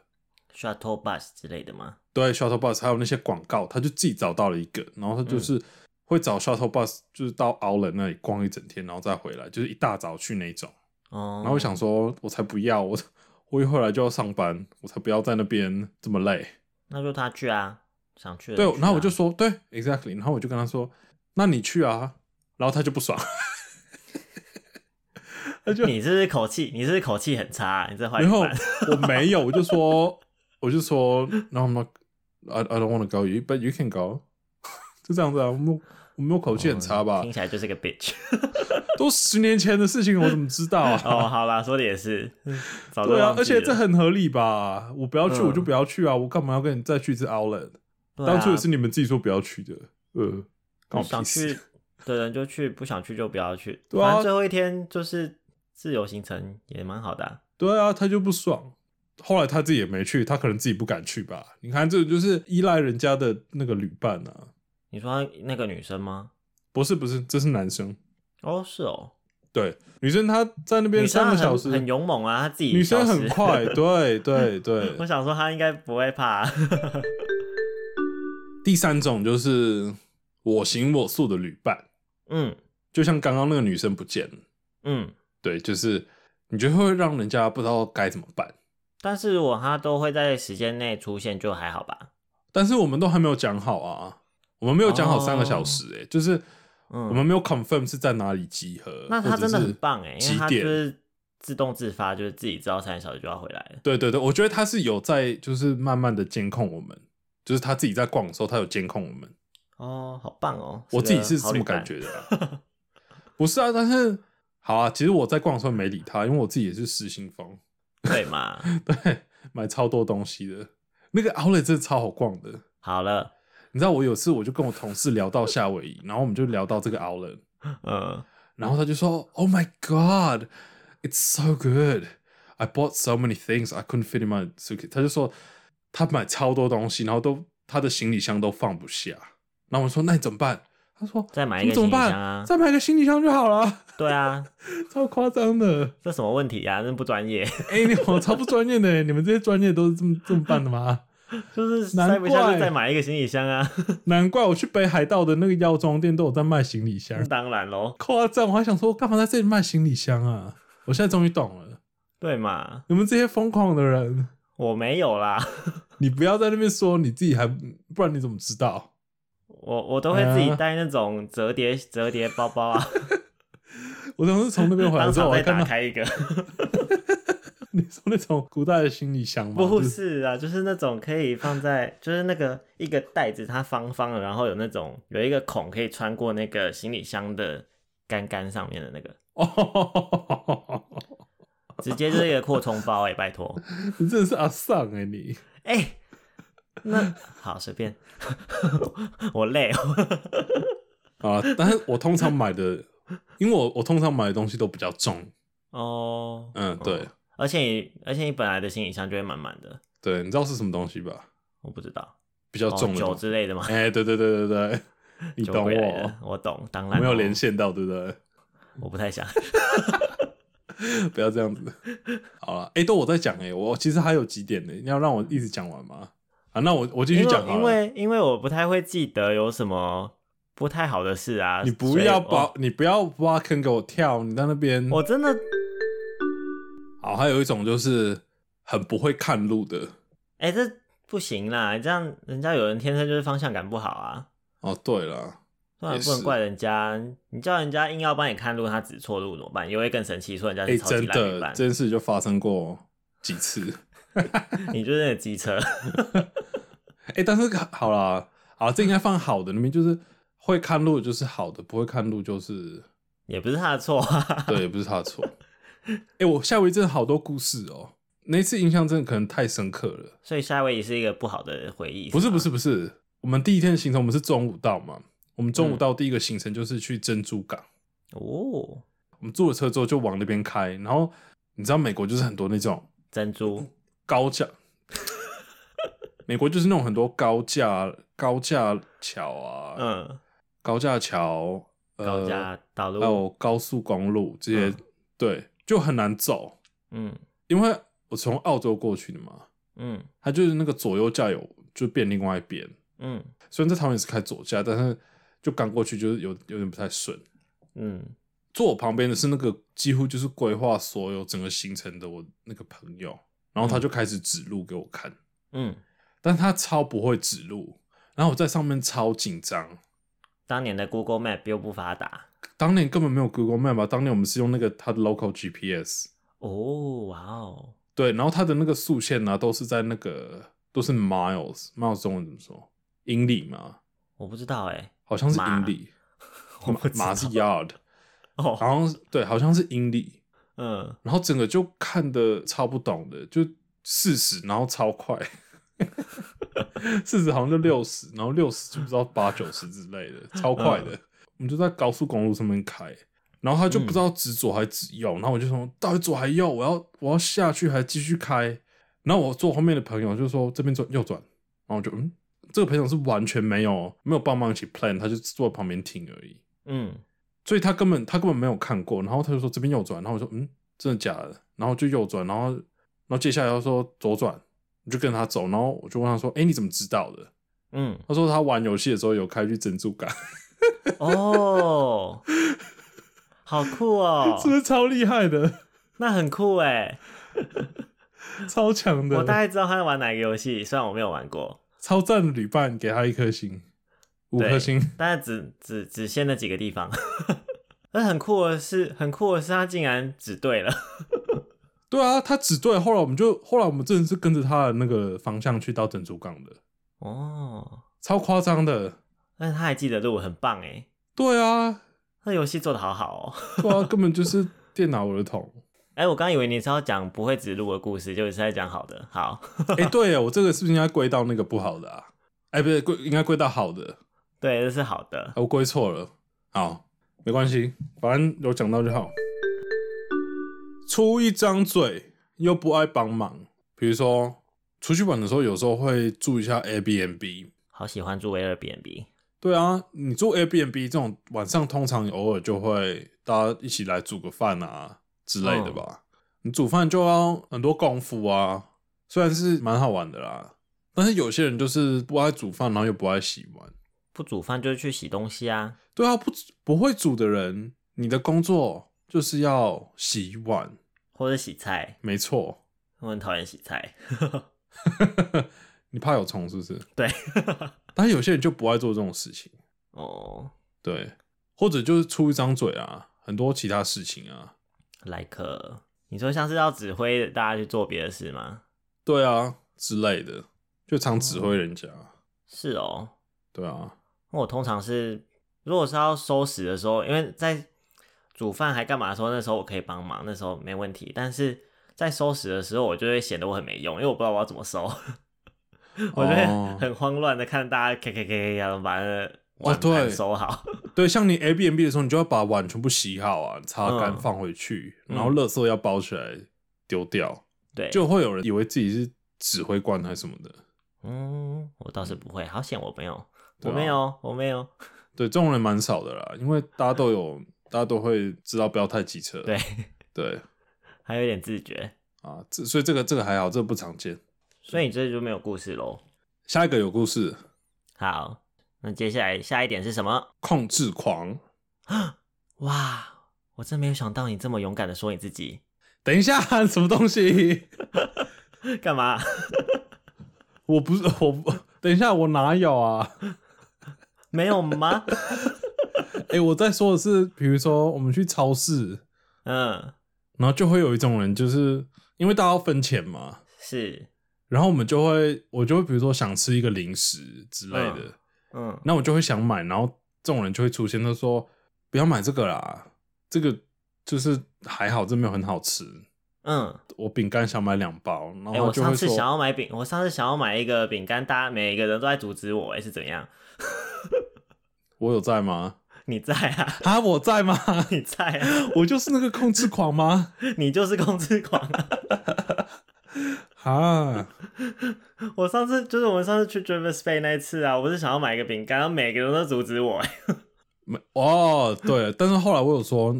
Speaker 1: shuttle bus 之类的吗？
Speaker 2: 对 shuttle bus 还有那些广告，他就自己找到了一个，然后他就是会找 shuttle bus，就是到 outlet 那里逛一整天，然后再回来，就是一大早去那种。
Speaker 1: 哦，
Speaker 2: 然后我想说，我才不要，我我一回来就要上班，我才不要在那边这么累。
Speaker 1: 那就他去啊，想去的
Speaker 2: 对
Speaker 1: 就，去
Speaker 2: 然后我
Speaker 1: 啊
Speaker 2: 就说，对，exactly，然后我就跟他说，那你去啊，然后他就不爽，他就
Speaker 1: 你是不是口气？你是不是口气很差啊、你这坏
Speaker 2: 然后
Speaker 1: 人。
Speaker 2: 我没有，我就说，我就说，No, I'm not. I I don't want to go. You, but you can go. 就这样子啊，我们我没有口气很差吧？
Speaker 1: 听起来就是个 bitch。
Speaker 2: 都十年前的事情，我怎么知道啊？
Speaker 1: 哦，好啦，说的也是，早就
Speaker 2: 对啊
Speaker 1: 忘，记
Speaker 2: 而且
Speaker 1: 了
Speaker 2: 这很合理吧？我不要去，
Speaker 1: 嗯
Speaker 2: 我就不要去啊！我干嘛要跟你再去一次 Outlet？、
Speaker 1: 对啊
Speaker 2: 当初也是你们自己说不要去的，呃，干我屁
Speaker 1: 想
Speaker 2: 事
Speaker 1: 去的人就去，不想去就不要去。
Speaker 2: 对啊
Speaker 1: 反正最后一天就是自由行程也蛮好的啊、
Speaker 2: 对啊，他就不爽。后来他自己也没去，他可能自己不敢去吧？你看，这就是依赖人家的那个旅伴啊。
Speaker 1: 你说那个女生吗？
Speaker 2: 不是不是，这是男生。
Speaker 1: 哦，是哦，
Speaker 2: 对，女生她在那
Speaker 1: 女
Speaker 2: 边
Speaker 1: 生
Speaker 2: 三个
Speaker 1: 很
Speaker 2: 小时，
Speaker 1: 很勇猛啊，她自己
Speaker 2: 女生
Speaker 1: 消失。
Speaker 2: 很快，对对 对
Speaker 1: 我。想说她应该不会怕、啊
Speaker 2: 第三种就是我行我素的旅伴，
Speaker 1: 嗯
Speaker 2: 就像刚刚那个女生不见了，
Speaker 1: 嗯，
Speaker 2: 对，就是你就会让人家不知道该怎么办。
Speaker 1: 但是如果她都会在时间内出现，就还好吧。
Speaker 2: 但是我们都还没有讲好啊，我们没有讲好
Speaker 1: 哦
Speaker 2: 三个小时、欸，就是
Speaker 1: 嗯
Speaker 2: 我们没有 confirm 是在哪里集合，
Speaker 1: 那她真的很棒哎、
Speaker 2: 或者
Speaker 1: 因
Speaker 2: 是
Speaker 1: 为她
Speaker 2: 几
Speaker 1: 就
Speaker 2: 点？
Speaker 1: 是自动自发，就是自己知道三个小时就要回来了。
Speaker 2: 对对对，我觉得他是有在，就是慢慢的监控我们，就是他自己在逛的时候，他有监控我们。
Speaker 1: 哦，好棒哦！
Speaker 2: 我自己
Speaker 1: 个
Speaker 2: 是
Speaker 1: 好
Speaker 2: 这
Speaker 1: 旅
Speaker 2: 么感
Speaker 1: 伴
Speaker 2: 觉的啦。 不是啊，但是好啊，其实我在逛的时候没理他，因为我自己也是失心疯，
Speaker 1: 对嘛？
Speaker 2: 对，买超多东西的。那个 Outlet 真的超好逛的。
Speaker 1: 好 了，
Speaker 2: 你知道我有次我就跟我同事聊到夏威夷，然后我们就聊到这个 Outlet，
Speaker 1: 嗯，
Speaker 2: 然后他就说：“Oh my God, it's so good. I bought so many things I couldn't fit in my suitcase。”他就说他买超多东西，然后都他的行李箱都放不下。然后我说：“那你怎么办？”他说：“
Speaker 1: 再买
Speaker 2: 我
Speaker 1: 一
Speaker 2: 们
Speaker 1: 个
Speaker 2: 怎
Speaker 1: 行
Speaker 2: 么
Speaker 1: 李
Speaker 2: 办？
Speaker 1: 箱啊。
Speaker 2: 再买个行李箱就好了。
Speaker 1: 对啊，”
Speaker 2: 超夸张的！
Speaker 1: 这什么问题呀、啊？真不专业，
Speaker 2: 哎、你我超不专业的，你们这些专业都是这么这么办的吗？
Speaker 1: 就是
Speaker 2: 难
Speaker 1: 塞不下
Speaker 2: 怪
Speaker 1: 就再买一个行李箱 啊。
Speaker 2: 难怪我去北海道的那个药妆店都有在卖行李箱。
Speaker 1: 当然喽，
Speaker 2: 夸张！我还想说，干嘛在这里卖行李箱啊？我现在终于懂了，
Speaker 1: 对嘛？
Speaker 2: 你们这些疯狂的人，
Speaker 1: 我没有啦，
Speaker 2: 你不要在那边说你自己还，不然你怎么知道？
Speaker 1: 我我都会自己
Speaker 2: 啊
Speaker 1: 带那种折叠折叠包包啊，
Speaker 2: 我当时从那边回来
Speaker 1: 当
Speaker 2: 之后，
Speaker 1: 场
Speaker 2: 我
Speaker 1: 再
Speaker 2: 还看
Speaker 1: 打
Speaker 2: 到
Speaker 1: 开一个。
Speaker 2: 你说那种古代的行李箱吗？
Speaker 1: 不
Speaker 2: 就是
Speaker 1: 是啊，就是那种可以放在，就是那个一个袋子，它方方的，然后有那种有一个孔可以穿过那个行李箱的杆杆上面的那个，
Speaker 2: 哦，
Speaker 1: 直接就是一个扩充包哎、拜托，
Speaker 2: 你真的是阿丧哎、你！
Speaker 1: 哎、那好随便， 我累哦，
Speaker 2: 啊，但是我通常买的，因为我我通常买的东西都比较重，
Speaker 1: 哦，
Speaker 2: 嗯，对、
Speaker 1: 哦而且你而且你本来的行李箱就会满满的，
Speaker 2: 对，你知道是什么东西吧？我
Speaker 1: 我不知道，
Speaker 2: 比较
Speaker 1: 哦
Speaker 2: 重的
Speaker 1: 酒
Speaker 2: 东西，
Speaker 1: 之类的吗？
Speaker 2: 哎、对对对对对，你
Speaker 1: 酒
Speaker 2: 懂
Speaker 1: 鬼来的
Speaker 2: 我，
Speaker 1: 我懂，当
Speaker 2: 我
Speaker 1: 然
Speaker 2: 没有
Speaker 1: 哦
Speaker 2: 连，线到，对不对？
Speaker 1: 我不太想，
Speaker 2: 不要这样子。 好了，哎、都我在讲哎、我其实还有几点呢、你要让我一直讲完吗？啊，那我我继续讲好了
Speaker 1: 因为因为因为我不太会记得有什么不太好的事啊。
Speaker 2: 你不要
Speaker 1: 所以
Speaker 2: 把、
Speaker 1: 我
Speaker 2: 你不要挖坑给我跳，你在那边。
Speaker 1: 我真的
Speaker 2: 好，还有一种就是很不会看路的
Speaker 1: 哎、这不行啦！这样人家有人天生就是方向感不好啊，
Speaker 2: 哦。对了，
Speaker 1: 不然
Speaker 2: 也
Speaker 1: 不能
Speaker 2: 是
Speaker 1: 怪人家。你叫人家硬要帮你看路，他指错路怎么办？也会更生气，说人家
Speaker 2: 哎、
Speaker 1: 是超级
Speaker 2: 真
Speaker 1: 烂旅
Speaker 2: 的
Speaker 1: 伴
Speaker 2: 这，件事就发生过几次。
Speaker 1: 你就是那个机车。
Speaker 2: 哎、但是好啦，好，这应该放好的那边，就是会看路就是好的，不会看路就是
Speaker 1: 也不是他的错啊，
Speaker 2: 对，也不是他的错。哎、我夏威夷真的好多故事哦，那一次印象真的可能太深刻了。
Speaker 1: 所以夏威夷是一个不好的回忆。
Speaker 2: 不是
Speaker 1: 吗
Speaker 2: 不，是不是，我们第一天的行程我们是中午到嘛，我们
Speaker 1: 嗯
Speaker 2: 中午到第一个行程就是去珍珠港，
Speaker 1: 哦，
Speaker 2: 我们坐了车之后就往那边开，然后你知道美国就是很多那种
Speaker 1: 珍珠
Speaker 2: 高架，美国就是那种很多高架高架桥啊，
Speaker 1: 嗯，
Speaker 2: 高架桥，呃、哦
Speaker 1: 高架道路，
Speaker 2: 还有高速公路这些，
Speaker 1: 嗯
Speaker 2: 对，就很难走，
Speaker 1: 嗯
Speaker 2: 因为我从澳洲过去的嘛，
Speaker 1: 嗯
Speaker 2: 它就是那个左右架有就变另外一边，
Speaker 1: 嗯
Speaker 2: 虽然在台湾也是开左驾，但是就刚过去就是有有点不太顺。
Speaker 1: 嗯，
Speaker 2: 坐我旁边的是那个几乎就是规划所有整个行程的我那个朋友，然后他就开始指路给我看，
Speaker 1: 嗯，
Speaker 2: 但他超不会指路，然后我在上面超紧张。
Speaker 1: 当年的 Google Map 又不发达。
Speaker 2: 当年根本没有 Google Map 啊，当年我们是用那个他的 local GPS，
Speaker 1: 哦，哇哦，
Speaker 2: 对，然后他的那个速线呢、都是在那个都是 miles miles 中文怎么说？英里嘛，
Speaker 1: 我不知道哎，
Speaker 2: 好像是
Speaker 1: 马
Speaker 2: 英里，
Speaker 1: 我不知
Speaker 2: 马
Speaker 1: 道
Speaker 2: 是 yard，
Speaker 1: 哦，
Speaker 2: 好像是对，好像是英里。
Speaker 1: 嗯，
Speaker 2: 然后整个就看的超不懂的，就四十，然后超快， 四十好像就六十，然后六十就不知道八九十之类的，超快的。我们就在高速公路上面开，然后他就不知道指左还指右，然后我就说到底左还右，我要我要下去还继续开。然后我坐后面的朋友就说这边转右转，然后我就嗯，这个朋友是完全没有没有帮忙一起 plan，他就坐在旁边听而已。
Speaker 1: 嗯，
Speaker 2: 所以他根本他根本没有看过，然后他就说这边右转，然后我说嗯，真的假的？然后就右转，然后然后接下来他说左转，我就跟他走，然后我就问他说，哎、你怎么知道的？
Speaker 1: 嗯，
Speaker 2: 他说他玩游戏的时候有开去珍珠港，
Speaker 1: 哦，好酷哦，
Speaker 2: 是不是超厉害的，
Speaker 1: 那很酷哎，
Speaker 2: 超强
Speaker 1: 我大
Speaker 2: 的，
Speaker 1: 概知道他在玩哪个游戏，虽然我没有玩过，
Speaker 2: 超赞的旅伴，给他一颗星，五
Speaker 1: 对
Speaker 2: 颗星，
Speaker 1: 但是只只只限 那几个地方。但很酷的是，很酷的是，他竟然只对了，
Speaker 2: 对啊，他指对，后来我们就后来我们真的是跟着他的那个方向去到珍珠港的，
Speaker 1: 哦，
Speaker 2: 超夸张的。
Speaker 1: 但是他还记得路，很棒哎。
Speaker 2: 对啊，
Speaker 1: 那游戏做的好好哦。
Speaker 2: 对啊，根本就是电脑儿童。
Speaker 1: 哎、我刚以为你是要讲不会指路的故事，就是在讲好的。好，
Speaker 2: 哎、对啊，我这个是不是应该归到那个不好的啊？哎、不对，归应该归到好的，
Speaker 1: 对，这是好的
Speaker 2: 啊。我归错了。好，没关系，反正有讲到就好。出一张嘴又不爱帮忙，比如说出去玩的时候，有时候会住一下 Airbnb。
Speaker 1: 好喜欢住 Airbnb，
Speaker 2: 对啊，你住 Airbnb 这种晚上，通常偶尔就会大家一起来煮个饭啊之类的吧。你煮饭就要很多功夫啊，虽然是蛮好玩的啦，但是有些人就是不爱煮饭，然后又不爱洗碗。
Speaker 1: 不煮饭就是去洗东西啊。
Speaker 2: 对啊，不不会煮的人，你的工作就是要洗碗，
Speaker 1: 或者洗菜，
Speaker 2: 没错。
Speaker 1: 我很讨厌洗菜。
Speaker 2: 你怕有虫是不是？
Speaker 1: 对，
Speaker 2: 但是有些人就不爱做这种事情，
Speaker 1: 哦，
Speaker 2: 对，或者就是出一张嘴啊，很多其他事情啊，
Speaker 1: 来客，你说像是要指挥大家去做别的事吗？
Speaker 2: 对啊之类的，就常指
Speaker 1: 嗯
Speaker 2: 挥人家，
Speaker 1: 是哦，
Speaker 2: 对啊，
Speaker 1: 我通常是如果是要收拾的时候，因为在煮饭还干嘛的时候，那时候我可以帮忙，那时候没问题。但是在收拾的时候，我就会显得我很没用，因为我不知道我要怎么收， 我就会
Speaker 2: 哦
Speaker 1: 很慌乱的看大家 K K K K 然后把那个碗
Speaker 2: 对
Speaker 1: 盘收好。
Speaker 2: 对，像你 Airbnb 的时候，你就要把碗全部洗好啊，擦干
Speaker 1: 嗯
Speaker 2: 放回去，
Speaker 1: 嗯
Speaker 2: 然后垃圾要包起来丢掉，
Speaker 1: 对，
Speaker 2: 就会有人以为自己是指挥官还是什么的，
Speaker 1: 嗯，我倒是不会，好险我没有，
Speaker 2: 对
Speaker 1: 我
Speaker 2: 啊
Speaker 1: 没有，我没有。
Speaker 2: 对，这种人蛮少的啦，因为大家都有，大家都会知道不要太急 车，
Speaker 1: 对，
Speaker 2: 对
Speaker 1: 还有一点自觉，
Speaker 2: 啊，这所以这个这个还好，这个不常见。
Speaker 1: 所以你这就没有故事喽。
Speaker 2: 下一个有故事，
Speaker 1: 好，那接下来下一点是什么？
Speaker 2: 控制狂。
Speaker 1: 哇，我真没有想到你这么勇敢的说你自己，
Speaker 2: 等一下， 什么东西？
Speaker 1: 干嘛？
Speaker 2: 我不是 我不，等一下，我哪有啊？
Speaker 1: 没有 吗？
Speaker 2: 哎、我在说的是，比如说我们去超市，
Speaker 1: 嗯，
Speaker 2: 然后就会有一种人，就是因为大家要分钱嘛，
Speaker 1: 是，
Speaker 2: 然后我们就会，我就会比如说想吃一个零食之类的，
Speaker 1: 嗯，
Speaker 2: 那我就会想买，然后这种人就会出现，他说不要买这个啦，这个就是还好，这没有很好吃。
Speaker 1: 嗯，
Speaker 2: 我饼干想买两包，然后
Speaker 1: 哎、
Speaker 2: 他
Speaker 1: 我
Speaker 2: 就会
Speaker 1: 上次
Speaker 2: 说，
Speaker 1: 想要买饼，我上次想要买一个饼干，大家每一个人都在阻止我、哎，是怎样？
Speaker 2: 我有在吗？
Speaker 1: 你在啊，
Speaker 2: 啊，我在吗？
Speaker 1: 你在啊，
Speaker 2: 我就是那个控制狂吗？
Speaker 1: 你就是控制狂、啊。
Speaker 2: 啊，
Speaker 1: 我上次就是我们上次去 Dream Space 那一次啊，我是想要买一个饼干，然后每个人都阻止我、 哎，
Speaker 2: 没哦，对，但是后来我有说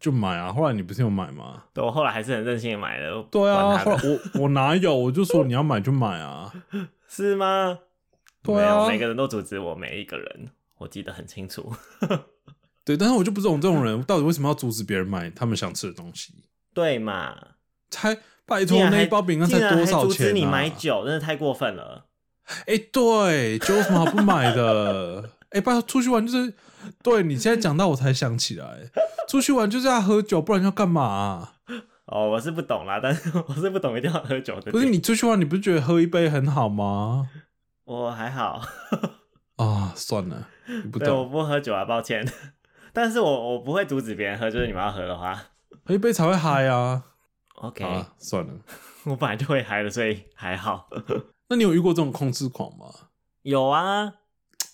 Speaker 2: 就买啊，后来你不是有买吗？
Speaker 1: 对我后来还是很任性的买了。
Speaker 2: 对啊，
Speaker 1: 管他的
Speaker 2: 后来我我哪有？我就说你要买就买 啊。
Speaker 1: 是吗？
Speaker 2: 对啊
Speaker 1: 没有每个人都阻止我，每一个人，我记得很清楚。
Speaker 2: 对，但是我就不懂这种人到底为什么要阻止别人买他们想吃的东西？
Speaker 1: 对嘛？
Speaker 2: 才拜
Speaker 1: 竟
Speaker 2: 托
Speaker 1: 然
Speaker 2: 那
Speaker 1: 还
Speaker 2: 一包饼干才
Speaker 1: 竟然还
Speaker 2: 多少
Speaker 1: 阻止
Speaker 2: 钱、啊？
Speaker 1: 你买酒，真的太过分了。
Speaker 2: 哎、对，酒有什么好不 买的？哎、拜托，出去玩就是，对你现在讲到我才想起来，出去玩就是要喝酒，不然要干嘛啊、
Speaker 1: 哦，我是不懂啦，但是 我是不懂一定要喝酒的。
Speaker 2: 不是，你出去玩，你不是觉得喝一杯很好吗？
Speaker 1: 我还好，
Speaker 2: 啊，算了，你不
Speaker 1: 对，我
Speaker 2: 懂，
Speaker 1: 不喝酒啊，抱歉。 但是我我不会阻止别人喝，就是你们要喝的话
Speaker 2: 喝一杯才会嗨啊。
Speaker 1: ，OK，、
Speaker 2: 好啊，算了。
Speaker 1: 我本来就会嗨的，所以还好。
Speaker 2: 那你有遇过这种控制狂吗？
Speaker 1: 有啊，
Speaker 2: 我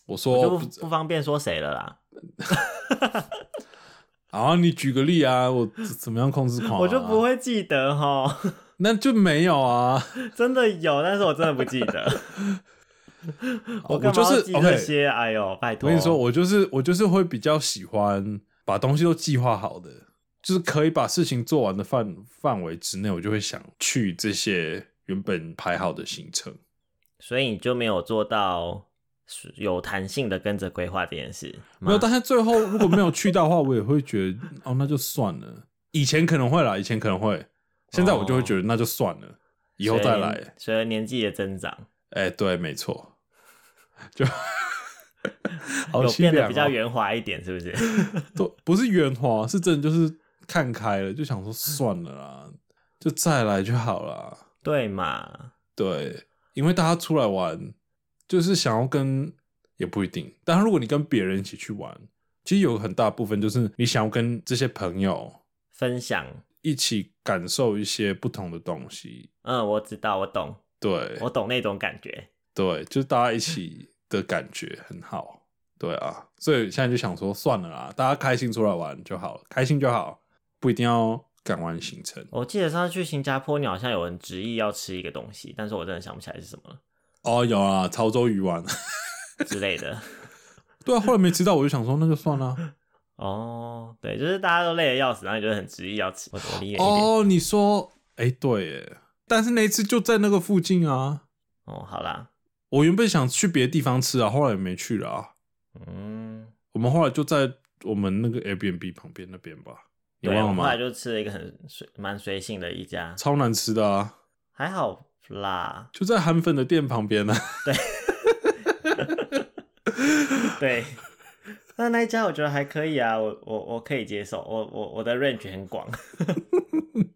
Speaker 1: 我
Speaker 2: 说
Speaker 1: 就不不方便说谁了啦，
Speaker 2: 啊，你举个例啊，我怎怎么样控制狂、啊
Speaker 1: 我就不，会记得哈，
Speaker 2: 那就没有啊。
Speaker 1: 真的有，但是我真的不记 得。我干
Speaker 2: 哦就
Speaker 1: 嘛要
Speaker 2: 是
Speaker 1: 记这
Speaker 2: OK，
Speaker 1: 些？哎呦，拜
Speaker 2: 我
Speaker 1: 托！
Speaker 2: 跟你说，我就是我就是会比较喜欢把东西都计划好的，就是可以把事情做完的范范围之内，我就会想去这些原本排好的行程。
Speaker 1: 所以你就没有做到是有弹性的跟着规划这件事吗
Speaker 2: 没有，但是最后如果没有去到的话，我也会觉得哦，那就算了。以前可能会啦，以前可能会，现在我就会
Speaker 1: 哦
Speaker 2: 觉得那就算了，以后再
Speaker 1: 随着
Speaker 2: 来
Speaker 1: 年。随着年纪的增长，
Speaker 2: 哎、对，没错，就 好
Speaker 1: 有
Speaker 2: 凄
Speaker 1: 变
Speaker 2: 凉、
Speaker 1: 得
Speaker 2: 哦。
Speaker 1: 比较 圆滑一点，是不是？
Speaker 2: 对，不是圆滑，是真的就是看开了，就想说算了啦，就再来就好啦。
Speaker 1: 对嘛？
Speaker 2: 对，因为大家出来玩，就是想要跟也不一定。但如果你跟别人一起去玩，其实有很大部分就是你想要跟这些朋友
Speaker 1: 分享，
Speaker 2: 一起感受一些不同的东西。
Speaker 1: 嗯，我知道，我懂，
Speaker 2: 对
Speaker 1: 我懂那种感觉。
Speaker 2: 对，就是大家一起的感觉很好。对啊，所以现在就想说，算了啦，大家开心出来玩就好了，开心就好，不一定要赶完行程。
Speaker 1: 我记得上次去新加坡，你好像有人执意要吃一个东西，但是我真的想不起来是什么了
Speaker 2: 哦，有啊，潮州鱼丸。
Speaker 1: 之类的。
Speaker 2: 对啊，后来没吃到，我就想说那就算了。
Speaker 1: 哦，对，就是大家都累得要死，然后你就很执意要吃。我我离远一点。哦
Speaker 2: 哦，你说，哎、对耶，但是那一次就在那个附近啊。
Speaker 1: 哦好啦，
Speaker 2: 我原本想去别的地方吃啊，后来也没去了啊。
Speaker 1: 嗯，
Speaker 2: 我们后来就在我们那个 Airbnb 旁边那边吧，你
Speaker 1: 对，我啊
Speaker 2: 忘了
Speaker 1: 后
Speaker 2: 吗
Speaker 1: 来？就吃了一个很随蛮随性的一家，
Speaker 2: 超难吃的啊，
Speaker 1: 还好啦。
Speaker 2: 就在韩粉的店旁边啊。
Speaker 1: 对，那那一家我觉得还可以啊，我我我可以接受，我我我的 range 很广。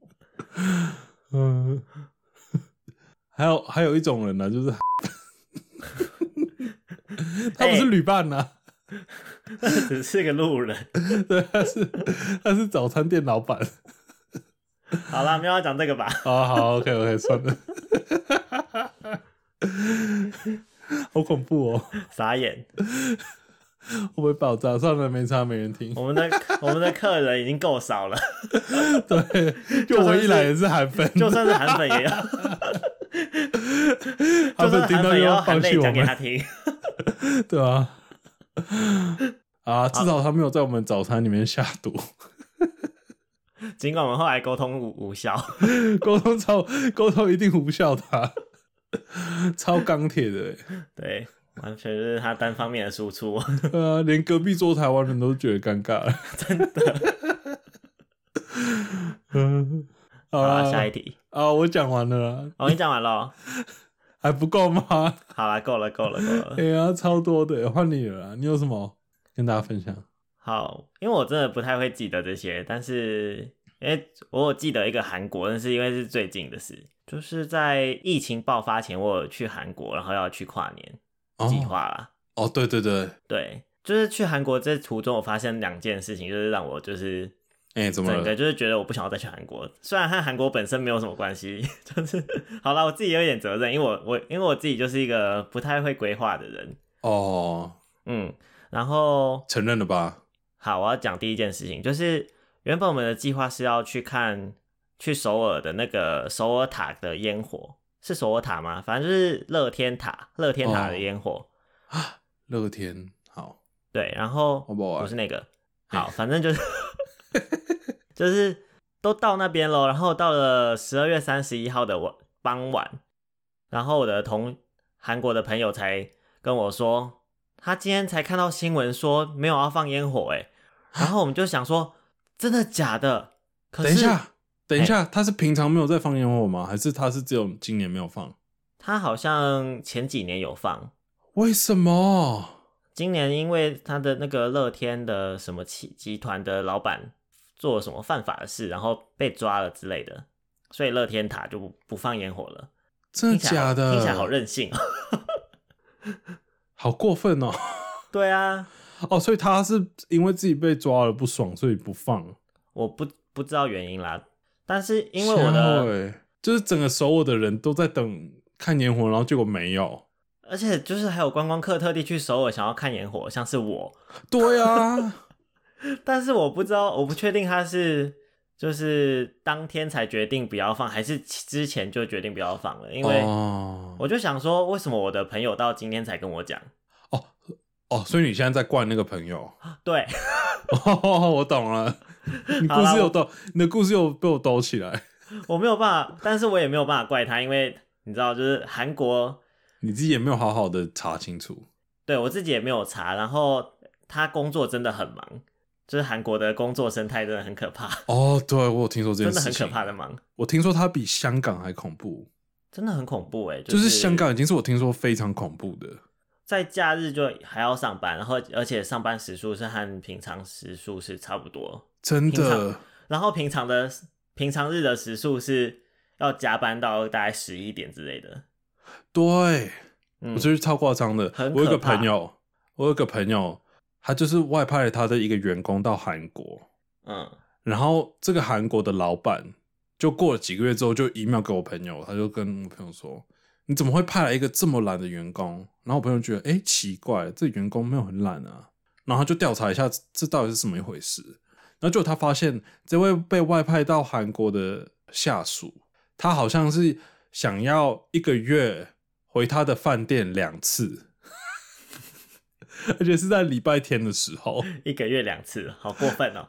Speaker 2: 嗯， 还有还有一种人呢、啊就是 他不是旅伴呐、啊
Speaker 1: 只是个路人。
Speaker 2: 对，他是他是早餐店老板。
Speaker 1: 好啦，没有要讲这个吧？
Speaker 2: 啊，好，OK OK，算了， 好恐怖哦，
Speaker 1: 傻眼，
Speaker 2: 会不会爆炸？算了，没差，没人听。
Speaker 1: 我们的我们的客人已经够少了，
Speaker 2: 对，就我一来也是韩粉，
Speaker 1: 就算是韩粉也要， 就
Speaker 2: 韩粉
Speaker 1: 算是
Speaker 2: 听
Speaker 1: 韩粉
Speaker 2: 到又
Speaker 1: 也要
Speaker 2: 放
Speaker 1: 含
Speaker 2: 弃
Speaker 1: 泪
Speaker 2: 我
Speaker 1: 讲给
Speaker 2: 们
Speaker 1: 他，听。
Speaker 2: 对啊。啊，至少他没有在我们早餐里面下毒，
Speaker 1: 尽管我们后来沟通无无效，
Speaker 2: 沟通超沟通一定无效的啊、超钢铁的、欸，
Speaker 1: 对，完全是他单方面的输出。
Speaker 2: 对啊，连隔壁桌台湾人都觉得尴尬了， 真的。嗯好
Speaker 1: 好
Speaker 2: 啦
Speaker 1: 啦，下一题，
Speaker 2: 啊，我讲完了啦，
Speaker 1: 我、哦、你讲完了，
Speaker 2: 还不够吗？
Speaker 1: 好啦，够了，够了，够
Speaker 2: 哎
Speaker 1: 了。
Speaker 2: 呀，超多的，换你了啦。你有什么跟大家分享？
Speaker 1: 好，因为我真的不太会记得这些，但是因为我有记得一个韩国，但是因为是最近的事，就是在疫情爆发前，我有去韩国，然后要去跨年计划啦。
Speaker 2: 哦，对对对，
Speaker 1: 对，就是去韩国这途中，我发现两件事情，就是让我就是
Speaker 2: 哎、怎么
Speaker 1: 整个
Speaker 2: 了？
Speaker 1: 就是觉得我不想要再去韩国。虽然和韩国本身没有什么关系， 就是好啦，我自己有一点责任，因为我我因为我自己就是一个不太会规划的人，
Speaker 2: 哦，
Speaker 1: 嗯。然后
Speaker 2: 承认了吧？
Speaker 1: 好，我要讲第一件事情，就是原本我们的计划是要去看去首尔的那个首尔塔的烟火，是首尔塔吗？反正就是乐天塔，乐天塔
Speaker 2: 哦
Speaker 1: 的烟火。
Speaker 2: 乐天，好，
Speaker 1: 对，然后
Speaker 2: 好不好玩
Speaker 1: 不是那 个，好，反正就是就是都到那边喽，然后到了十二月三十一号的晚傍晚，然后我的同韩国的朋友才跟我说，他今天才看到新闻说没有要放烟火、 欸，然后我们就想说，真的假的？可
Speaker 2: 等一
Speaker 1: 是哎
Speaker 2: 下，等一下，他是平常没有在放烟火吗？还是他是只有今年没有放？
Speaker 1: 他好像前几年有放，
Speaker 2: 为什么？
Speaker 1: 今年因为他的那个乐天的什么企集团的老板做了什么犯法的事，然后被抓了之类的，所以乐天塔就不不放烟火了。
Speaker 2: 真的
Speaker 1: 听起来
Speaker 2: 假
Speaker 1: 好
Speaker 2: 的？
Speaker 1: 听起来好任性。啊
Speaker 2: 好过分哦！
Speaker 1: 对啊，
Speaker 2: 哦，所以他是因为自己被抓了不爽，所以不放。
Speaker 1: 我不不知道原因啦，但是因为我
Speaker 2: 吓到
Speaker 1: 的，
Speaker 2: 欸就是整个首尔的人都在等看烟火，然后结果没有。
Speaker 1: 而且就是还有观光客特地去首尔想要看烟火，像是我，
Speaker 2: 对啊，
Speaker 1: 但是我不知道，我不确定他是。就是当天才决定不要放，还是之前就决定不要放 了？因为
Speaker 2: 哦
Speaker 1: 我就想说，为什么我的朋友到今天才跟我 讲？
Speaker 2: 哦，所以你现在在怪那个朋友？
Speaker 1: 对，
Speaker 2: 哦，我懂了，你
Speaker 1: 好
Speaker 2: 故
Speaker 1: 啦
Speaker 2: 事有
Speaker 1: 我
Speaker 2: 兜，你的故事有被我兜起来，
Speaker 1: 我没有办法，但是我也没有办法怪他，因为你知道，就是韩国
Speaker 2: 你自己也没有好好的查清楚。
Speaker 1: 对我自己也没有查，然后他工作真的很忙，就是韩国的工作生态真的很可怕，
Speaker 2: 哦，对，我有听说这件
Speaker 1: 真
Speaker 2: 事
Speaker 1: 的
Speaker 2: 情，
Speaker 1: 很可怕的。忙，
Speaker 2: 我听说它比香港还恐怖，
Speaker 1: 真的很恐怖哎、
Speaker 2: 就是是香港已经是我听说非常恐怖的。
Speaker 1: 在假日就还要上班，然后而且上班时数是和平常时数是差不多，
Speaker 2: 真
Speaker 1: 平
Speaker 2: 的
Speaker 1: 常然后平常的平常日的时数是要加班到大概十一点之类的。
Speaker 2: 对，
Speaker 1: 嗯
Speaker 2: 我，觉得超夸张的。
Speaker 1: 很
Speaker 2: 我有个
Speaker 1: 可怕
Speaker 2: 朋友，我有个朋友，他就是外派了他的一个员工到韩国，
Speaker 1: 嗯，
Speaker 2: 然后这个韩国的老板就过了几个月之后，就 email 给我朋友，他就跟我朋友说：“你怎么会派来一个这么懒的员工？”然后我朋友觉得：“哎、奇怪，这员工没有很懒啊。”然后他就调查一下这这到底是怎么一回事。然后就他发现，这位被外派到韩国的下属，他好像是想要一个月回他的饭店两次， 而且是在礼拜天的时候。
Speaker 1: 一个月两次，好过分哦。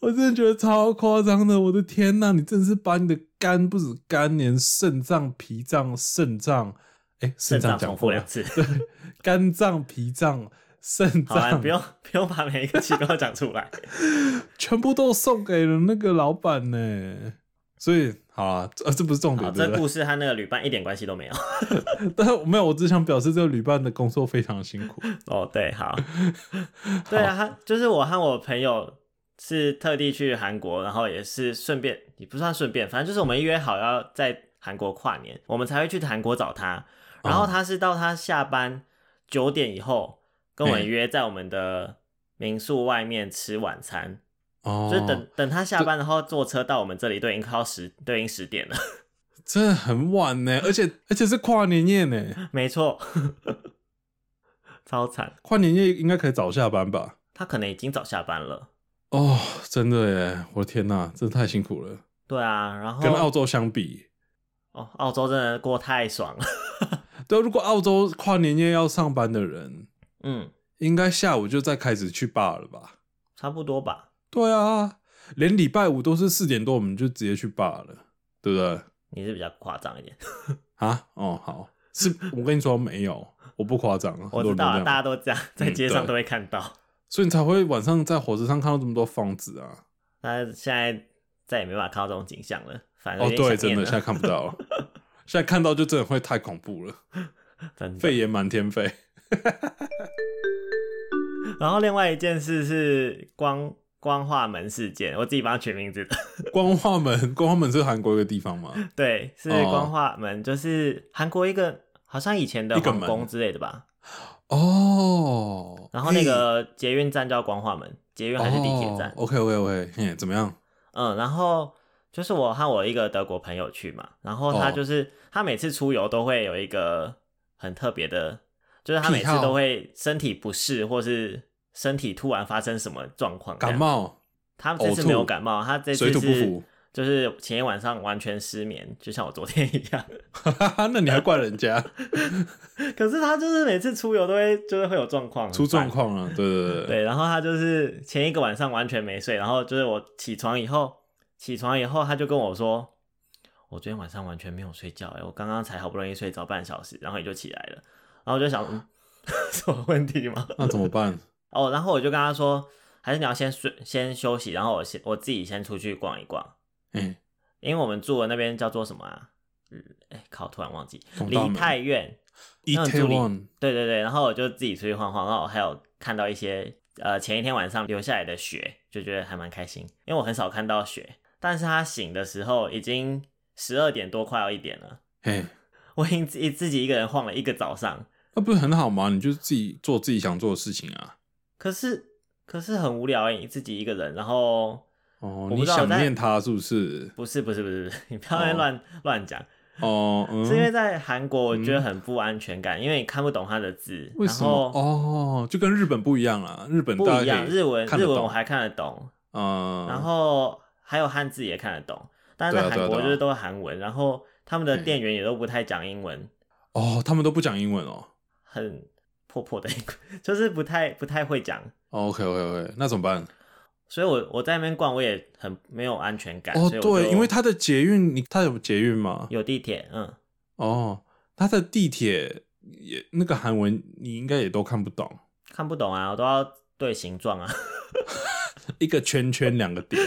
Speaker 2: 我真的觉得超夸张的，我的天呐！你真是把你的肝不止肝，连肾脏、脾脏、肾脏，哎、
Speaker 1: 肾脏重
Speaker 2: 脏讲
Speaker 1: 复
Speaker 2: 过
Speaker 1: 两
Speaker 2: 了，
Speaker 1: 次。
Speaker 2: 肝脏、脾脏、肾
Speaker 1: 好啊，
Speaker 2: 脏
Speaker 1: 不，用 不用把每一个器官都讲出来。
Speaker 2: 全部都送给了那个老板呢、所以，好啊，这呃，这不是 重
Speaker 1: 好，
Speaker 2: 点，对
Speaker 1: 这
Speaker 2: 不
Speaker 1: 故
Speaker 2: 对？
Speaker 1: 事和那个旅伴一点关系都没 有。
Speaker 2: 但是我没有，我只想表示这个旅伴的工作非常辛 苦。
Speaker 1: 哦，对， 好，对啊，他就是我和我朋友是特地去韩国，然后也是顺便，也不算顺便，反正就是我们约好要在韩国跨年，我们才会去韩国找他。
Speaker 2: 哦
Speaker 1: 然后他是到他下班九点以后跟我们
Speaker 2: 嘿
Speaker 1: 约在我们的民宿外面吃晚餐，
Speaker 2: 哦，
Speaker 1: 就是等等他下班，然后坐车到我们这里，对，已经快要十，对，已经十点了，
Speaker 2: 真的很晚呢、而且而且是跨年夜呢、
Speaker 1: 没错，超惨，
Speaker 2: 跨年夜应该可以早下班吧？
Speaker 1: 他可能已经早下班了。
Speaker 2: 哦，真的耶！我的天呐，真的太辛苦了。
Speaker 1: 对啊，然后
Speaker 2: 跟澳洲相比，
Speaker 1: 哦，澳洲真的过太爽了。
Speaker 2: 对，如果澳洲跨年夜要上班的人，
Speaker 1: 嗯，
Speaker 2: 应该下午就再开始去 bar 了吧？
Speaker 1: 差不多吧。
Speaker 2: 对啊，连礼拜五都是四点多，我们就直接去 bar 了，对不对？
Speaker 1: 你是比较夸张一点，
Speaker 2: 啊，哦，好，是我跟你说没有，我不夸张，
Speaker 1: 我
Speaker 2: 很多
Speaker 1: 知
Speaker 2: 人都
Speaker 1: 道啊，大
Speaker 2: 这
Speaker 1: 家
Speaker 2: 样，嗯
Speaker 1: 都这样，在街
Speaker 2: 啊
Speaker 1: 上都会看到。
Speaker 2: 所以你才会晚上在火车上看到这么多房子啊。
Speaker 1: 那、现在再也没办法看到这种景象了，反正
Speaker 2: 哦，
Speaker 1: 有
Speaker 2: 对，
Speaker 1: 点想
Speaker 2: 真
Speaker 1: 念
Speaker 2: 的
Speaker 1: 了
Speaker 2: 现在看不到了，现在看到就真的会太恐怖了，
Speaker 1: 真的。
Speaker 2: 肺炎满天飞。
Speaker 1: 然后另外一件事是光光化门事件，我自己帮它取名字的。
Speaker 2: 光化门，光化门是韩国一个地方吗？
Speaker 1: 对，是
Speaker 2: 哦
Speaker 1: 光化门，就是韩国一个好像以前的
Speaker 2: 一个
Speaker 1: 皇
Speaker 2: 门
Speaker 1: 宫之类的吧。
Speaker 2: 哦，
Speaker 1: 然后那个捷运站叫光化门，捷运还是地铁站。
Speaker 2: o k OK OK，嘿，怎么样？
Speaker 1: 嗯，然后就是我和我一个德国朋友去嘛，然后他
Speaker 2: 哦
Speaker 1: 就是、他每次出游都会有一个很特别的，就是他
Speaker 2: 癖
Speaker 1: 每次
Speaker 2: 好
Speaker 1: 都会身体不适或是身体突然发生什么状况，
Speaker 2: 感。冒、
Speaker 1: 他这次
Speaker 2: 呕
Speaker 1: 没有
Speaker 2: 吐
Speaker 1: 感冒，他这次
Speaker 2: 水土不
Speaker 1: 是
Speaker 2: 服，
Speaker 1: 就是前一晚上完全失眠，就像我昨天一样。
Speaker 2: 那你还怪人家
Speaker 1: 可是他就是每次出游都会就是会有状况，很
Speaker 2: 出状
Speaker 1: 烦
Speaker 2: 况了？对对对，
Speaker 1: 对，然后他就是前一个晚上完全没睡，然后就是我起床以后，起床以后他就跟我说，我昨天晚上完全没有睡觉、欸，我刚刚才好不容易睡着半小时，然后你就起来了，然后我就想，嗯， 什么问题吗？
Speaker 2: 那怎么办？
Speaker 1: 哦，然后我就跟他说，还是你要先睡，先休息，然后我先我自己先出去逛一逛，
Speaker 2: 哎，
Speaker 1: 因为我们住的那边叫做什么啊？嗯，哎靠，突然忘记，
Speaker 2: 懂到
Speaker 1: 梨
Speaker 2: 没
Speaker 1: 泰院。
Speaker 2: 一
Speaker 1: 那
Speaker 2: 台
Speaker 1: 助理
Speaker 2: 湾
Speaker 1: 对对对，然后我就自己出去晃晃，然后我还有看到一些呃前一天晚上留下来的雪，就觉得还蛮开心，因为我很少看到雪，但是他醒的时候已经十二点多，快要一点了，
Speaker 2: 哎，
Speaker 1: 我已经自己自己一个人晃了一个早上，
Speaker 2: 那不是很好吗？你就自己做自己想做的事情啊。
Speaker 1: 可是可是很无聊哎、你自己一个人，然后
Speaker 2: 哦，
Speaker 1: 我不
Speaker 2: 你
Speaker 1: 知道
Speaker 2: 想
Speaker 1: 在
Speaker 2: 念他是不是？
Speaker 1: 不是不是不是，不是你不要在那边
Speaker 2: 哦
Speaker 1: 乱、乱讲，
Speaker 2: 哦，
Speaker 1: 是因为
Speaker 2: 嗯，
Speaker 1: 在韩国我觉得很不安全感，因为你看不懂他的字，
Speaker 2: 为
Speaker 1: 然
Speaker 2: 什么？
Speaker 1: 后
Speaker 2: 哦，就跟日本不一样啦，日本
Speaker 1: 不
Speaker 2: 大
Speaker 1: 一
Speaker 2: 家
Speaker 1: 样，
Speaker 2: 可以
Speaker 1: 日文
Speaker 2: 看
Speaker 1: 日
Speaker 2: 得
Speaker 1: 文我
Speaker 2: 懂
Speaker 1: 还看得懂，
Speaker 2: 嗯，
Speaker 1: 然后还有汉字也看得懂，但是
Speaker 2: 对
Speaker 1: 在
Speaker 2: 啊对
Speaker 1: 韩
Speaker 2: 啊
Speaker 1: 国
Speaker 2: 对啊嗯
Speaker 1: 就是都是韩文，然后他们的
Speaker 2: 对
Speaker 1: 店员也都不太讲英文，
Speaker 2: 哦，他们都不讲英文哦。
Speaker 1: 很破破的英文， 就是不太不太会讲，
Speaker 2: OK OK OK，那怎哦么办？
Speaker 1: 所以我我在那边逛我也很没有安全感，
Speaker 2: 哦，
Speaker 1: 所以我就
Speaker 2: 对，因为他的捷运，你他有捷运吗？
Speaker 1: 有地铁，嗯，
Speaker 2: 哦，他的地铁也那个韩文，你应该也都看不懂，
Speaker 1: 看不懂啊，我都要对形状啊
Speaker 2: 一个圈圈两个点，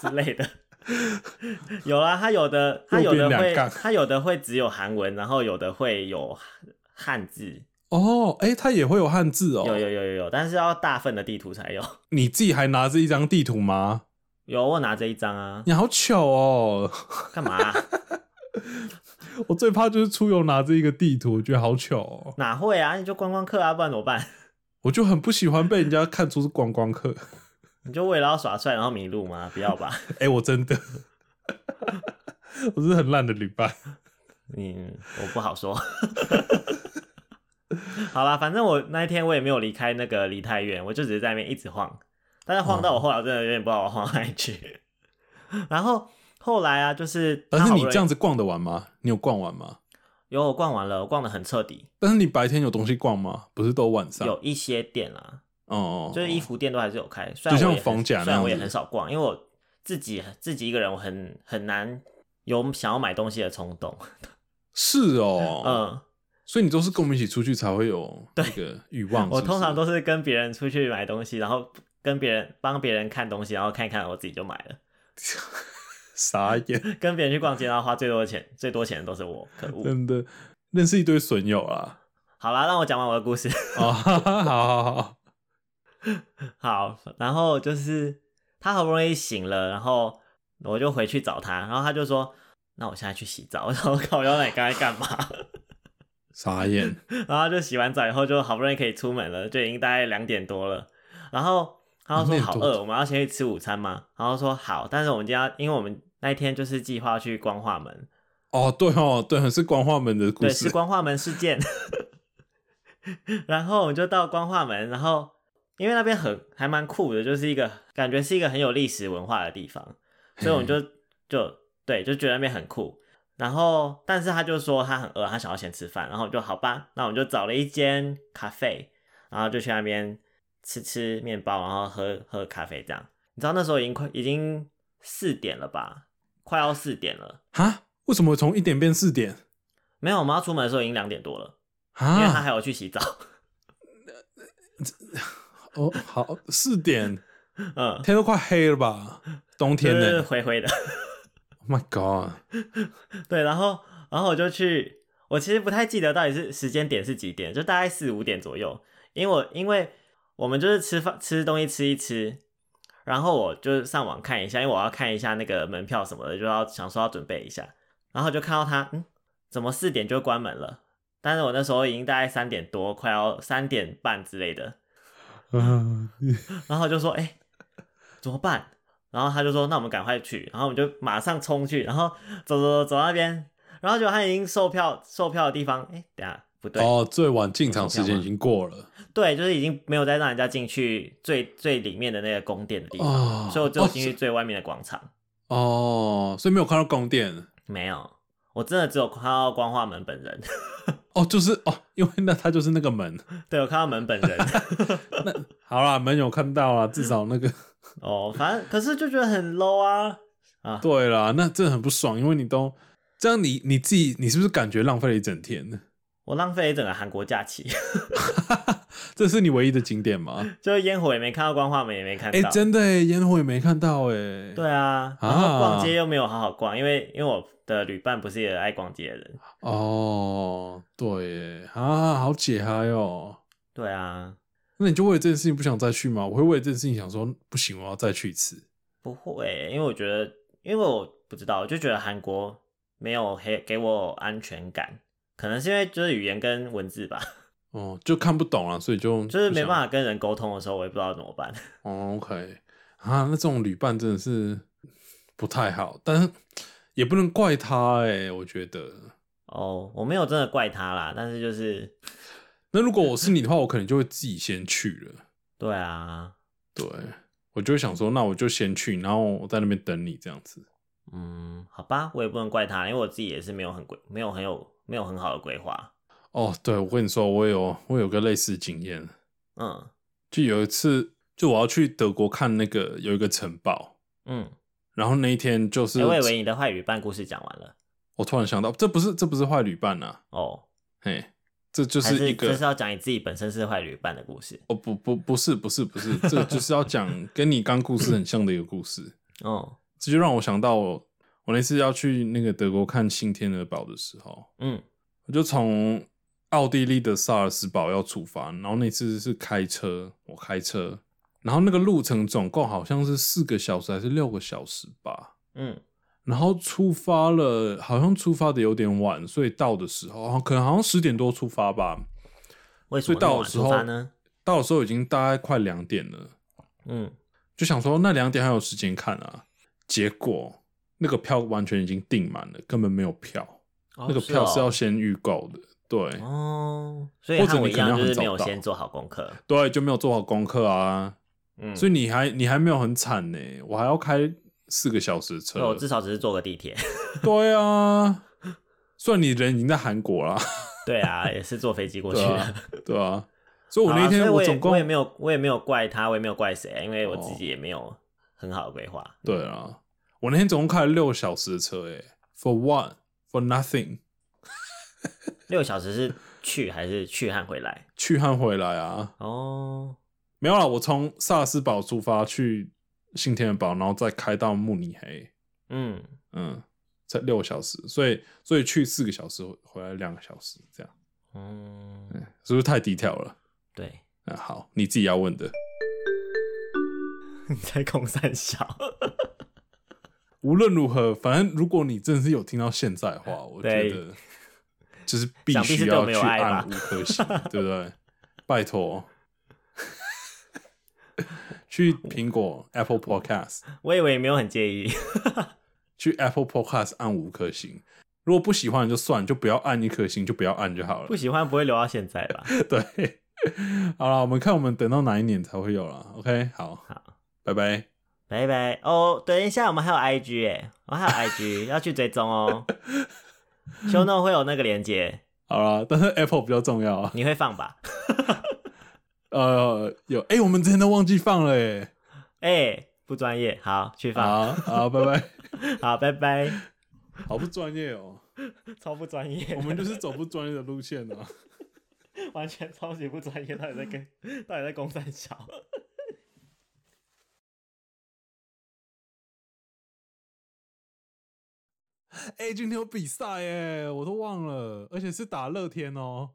Speaker 1: 之类 的。有啊，他有的他有的
Speaker 2: 右边
Speaker 1: 会
Speaker 2: 两杠
Speaker 1: 他有的会只有韩文，然后有的会有汉字，
Speaker 2: 哦，哎、它也会有汉字哦。
Speaker 1: 有有有有有，但是要大份的地图才有。
Speaker 2: 你自己还拿着一张地图吗？
Speaker 1: 有我拿这一张啊，
Speaker 2: 你好糗哦！
Speaker 1: 干嘛啊、
Speaker 2: 我最怕就是出游拿着一个地图，我觉得好糗哦。
Speaker 1: 哪会啊？你就观光客啊，不然怎么办？
Speaker 2: 我就很不喜欢被人家看出是观光客。
Speaker 1: 你就为了要耍帅然后迷路吗？不要 吧，
Speaker 2: 哎、我真的，我是很烂的旅伴。
Speaker 1: 嗯，我不好说。 好啦，反正我那一天我也没有离开那个离太远，我就只是在那边一直晃，但是晃到我后来我真的有点不知道我晃哪里去。 然后后来啊，就是
Speaker 2: 但是
Speaker 1: 他好
Speaker 2: 你
Speaker 1: 不容易
Speaker 2: 这样子逛得完吗？你有逛完吗？
Speaker 1: 有我逛完了，我逛的很彻底，
Speaker 2: 但是你白天有东西逛吗？不是都晚上？哦
Speaker 1: 有一些店啦，
Speaker 2: 哦，
Speaker 1: 就是衣
Speaker 2: 一
Speaker 1: 服店都还是有开，虽然
Speaker 2: 就
Speaker 1: 我
Speaker 2: 像
Speaker 1: 也很
Speaker 2: 逢甲那
Speaker 1: 虽然我也
Speaker 2: 样子
Speaker 1: 很少逛，因为我自己自己一个人，我很很难有想要买东西的冲动。
Speaker 2: 是哦，
Speaker 1: 嗯，
Speaker 2: 所以你都是跟我们一起出去才会有那个欲望
Speaker 1: 我通常
Speaker 2: 都
Speaker 1: 都是跟别人出去买东西，然后跟别人帮别人看东西，然后看一看，我自己就买了。
Speaker 2: 傻眼，
Speaker 1: 跟别人去逛街，然后花最多的钱，最多钱的都是我，可 恶！
Speaker 2: 真的认识一堆损友 啊！
Speaker 1: 好啦，让我讲完我的故事。
Speaker 2: 哦，哈哈 好好好，
Speaker 1: 好，然后就是他好不容易醒了，然后我就回去找他，然后他就说：“那我现在去洗澡。”然后靠，腰奶刚才干嘛？
Speaker 2: 傻眼，
Speaker 1: 然后他就洗完澡以后，就好不容易可以出门了，就已经大概两点多了。然后他就说
Speaker 2: 两点
Speaker 1: 好
Speaker 2: 多
Speaker 1: 饿，我们要先去吃午餐吗？然后说好，但是我们今天要，因为我们那一天就是计划去光化门，
Speaker 2: 哦，对哦，对，是光化门的故
Speaker 1: 对，是
Speaker 2: 事，
Speaker 1: 光化门事件。 然后我们就到光化门，然后因为那边很还蛮酷的，就是一个感觉是一个很有历史文化的地方，所以我们
Speaker 2: 嗯
Speaker 1: 就就对就觉得那边很酷。然后，但是他就说他很饿，他想要先吃饭，然后我就好吧，那我们就找了一间咖啡，然后就去那边吃吃面包，然后喝喝咖啡这样。你知道那时候已经快已经四点了吧，快要四点了。
Speaker 2: 哈，为什么从一点变四点
Speaker 1: 没有，我们要出门的时候已经两点多了。因为他
Speaker 2: 啊？
Speaker 1: 还有去洗澡。
Speaker 2: 哦，好，四点，
Speaker 1: 嗯，
Speaker 2: 天都快黑了吧？冬天
Speaker 1: 就
Speaker 2: 呢、
Speaker 1: 是 灰灰的。
Speaker 2: o h my god！
Speaker 1: 对，然后然后我就去，我其实不太记得到底是时间点是几点，就大概四五点左右。因为我因为我们就是吃饭吃东西吃一吃，然后我就上网看一下，因为我要看一下那个门票什么的，就要想说要准备一下。然后就看到他，嗯，怎么四点就关门了？但是我那时候已经大概三点多，快要三点半之类的。
Speaker 2: 啊，
Speaker 1: 然后就说：“哎、怎么办？”然后他就说：“那我们赶快去。”然后我们就马上冲去，然后走走走走到那边，然后就他已经售票售票的地方，哎、等一下不 对，
Speaker 2: 哦，最晚进场时间已经过了
Speaker 1: 对，就是已经没有再让人家进去最最里面的那个宫殿的地方，
Speaker 2: 哦，
Speaker 1: 所以我就进去
Speaker 2: 哦
Speaker 1: 最外面的广场。
Speaker 2: 哦，所以没有看到宫殿
Speaker 1: 没有，我真的只有看到光化门本人，
Speaker 2: 哦，就是哦，因为那它就是那个门，
Speaker 1: 对我看到门本人。
Speaker 2: 那好啦，门有看到啦，至少那个
Speaker 1: 哦，反正可是就觉得很 low 啊。
Speaker 2: 对啦，那真的很不爽，因为你都这样你，你自己你是不是感觉浪费了一整天呢？
Speaker 1: 我浪费了一整个韩国假期，
Speaker 2: 这是你唯一的景点吗？
Speaker 1: 就是烟火也没看到，光化门也没看到。
Speaker 2: 哎、真的哎，烟火也没看到哎，
Speaker 1: 对啊，然后逛街又没有好好逛，因为因为我的旅伴不是也爱逛街的人。
Speaker 2: 哦，对耶啊，好解嗨哦。
Speaker 1: 对啊，
Speaker 2: 那你就为了这件事情不想再去吗？我会为了这件事情想说，不行，我要再去一次。
Speaker 1: 不会，因为我觉得，因为我不知道，我就觉得韩国没有给给我安全感，可能是因为就是语言跟文字吧，
Speaker 2: 哦，就看不懂了，所以就
Speaker 1: 就是没办
Speaker 2: 法。
Speaker 1: 法跟人沟通的时候，我也不知道怎么办。
Speaker 2: 哦，OK，啊，那这种旅伴真的是不太好，但是也不能怪他哎、我觉得。
Speaker 1: 哦，我没有真的怪他啦，但是就是
Speaker 2: 那如果我是你的话，我可能就会自己先去了。
Speaker 1: 对啊，
Speaker 2: 对，我就会想说，那我就先去，然后我在那边等你这样子。
Speaker 1: 嗯，好吧，我也不能怪他，因为我自己也是没有很规，没有很有没有很好的规划。
Speaker 2: 哦，对，我跟你说，我有我有个类似经验，
Speaker 1: 嗯
Speaker 2: 就有一次，就我要去德国看那个有一个城堡，
Speaker 1: 嗯，
Speaker 2: 然后那一天就是、
Speaker 1: 哎我以为你的坏旅伴故事讲完了
Speaker 2: 我突然想到，这不是这不是坏旅伴啊，
Speaker 1: 哦。
Speaker 2: 嘿，这就
Speaker 1: 还
Speaker 2: 是一
Speaker 1: 这是
Speaker 2: 个
Speaker 1: 要讲你自己本身是坏旅伴的故事。
Speaker 2: 哦不不不是不是不是，这就是要讲跟你刚故事很像的一个故事，
Speaker 1: 哦，
Speaker 2: 这就让我想到我我那次要去那个德国看新天鹅堡的时候，
Speaker 1: 嗯
Speaker 2: 我就从奥地利的萨尔斯堡要出发，然后那次是开车，我开车，然后那个路程总共好像是四个小时还是六个小时吧。
Speaker 1: 嗯，
Speaker 2: 然后出发了，好像出发的有点晚，所以到的时候可能好像十点多出发吧。
Speaker 1: 为什
Speaker 2: 所以
Speaker 1: 么那么
Speaker 2: 到
Speaker 1: 晚
Speaker 2: 的时
Speaker 1: 出
Speaker 2: 候
Speaker 1: 发呢？
Speaker 2: 到的时候已经大概快两点了，
Speaker 1: 嗯，
Speaker 2: 就想说那两点还有时间看啊。结果那个票完全已经订满了，根本没有票。
Speaker 1: 哦
Speaker 2: 那个票
Speaker 1: 是
Speaker 2: 是
Speaker 1: 哦
Speaker 2: 要先预购的，对
Speaker 1: 哦，所以
Speaker 2: 或者
Speaker 1: 和我
Speaker 2: 你
Speaker 1: 一
Speaker 2: 可能
Speaker 1: 样，
Speaker 2: 要
Speaker 1: 就
Speaker 2: 很
Speaker 1: 是
Speaker 2: 早
Speaker 1: 没有
Speaker 2: 到
Speaker 1: 先做好功课。
Speaker 2: 对，就没有做好功课啊。
Speaker 1: 嗯，
Speaker 2: 所以你还你还没有很惨呢、我还要开四个小时的
Speaker 1: 所以我
Speaker 2: 车。
Speaker 1: 至少只是坐个地铁。
Speaker 2: 对啊，虽然你人已经在韩国啦，
Speaker 1: 对啊，也是坐飞机过去
Speaker 2: 对
Speaker 1: 的。
Speaker 2: 啊， 对啊。所以我
Speaker 1: 好
Speaker 2: 那
Speaker 1: 啦所以
Speaker 2: 天
Speaker 1: 我也
Speaker 2: 总共
Speaker 1: 我也没有我也没有怪他，我也没有怪谁，啊因为我自己
Speaker 2: 哦
Speaker 1: 也没有很好的规划。
Speaker 2: 对啊，我那天总共开了六小时的车、欸，f o r one for nothing，
Speaker 1: 六小时是去还是去和回来？
Speaker 2: 去和回来啊，
Speaker 1: 哦，
Speaker 2: 没有啦，我从萨尔斯堡出发去信天堡，然后再开到慕尼黑，
Speaker 1: 嗯，
Speaker 2: 嗯，才六个小时，所以所以去四个小时，回来两个小时，这样，
Speaker 1: 嗯，
Speaker 2: 是不是太低调了？
Speaker 1: 对，
Speaker 2: 嗯，好，你自己要问的，
Speaker 1: 你在空三小，
Speaker 2: 无论如何，反正如果你真的是有听到现在的话，我觉
Speaker 1: 对
Speaker 2: 得就是必
Speaker 1: 想必是
Speaker 2: 须
Speaker 1: 对我
Speaker 2: 要
Speaker 1: 们
Speaker 2: 去
Speaker 1: 有爱吧
Speaker 2: 按五颗星，对不对？拜托，去苹果 Apple Podcast，
Speaker 1: 我以为没有很介意。
Speaker 2: 去 Apple Podcast 按五颗星。如果不喜欢就算，就不要按一颗星，就不要按就好
Speaker 1: 不
Speaker 2: 了。
Speaker 1: 喜欢不会留到现在吧？
Speaker 2: 对，好了，我们看我们等到哪一年才会有了。OK，好，
Speaker 1: 好，
Speaker 2: 拜拜。
Speaker 1: 拜拜哦。等一下，我们还有 IG 哎，我们还有 IG 要去追踪哦。修诺会有那个连接，
Speaker 2: 好了，但是 Apple 比较重要啊。
Speaker 1: 你会放吧？
Speaker 2: 呃，有，哎、我们之前都忘记放了、欸，
Speaker 1: 哎、不专业，好去放，
Speaker 2: 好好，拜拜。
Speaker 1: 好，拜拜。
Speaker 2: 好不专业哦，
Speaker 1: 超不专业，
Speaker 2: 我们就是走不专业的路线 啊。
Speaker 1: 完全超级不专业，到底在跟到底在攻三小？
Speaker 2: 哎、今天有比赛耶，我都忘了，而且是打乐天哦。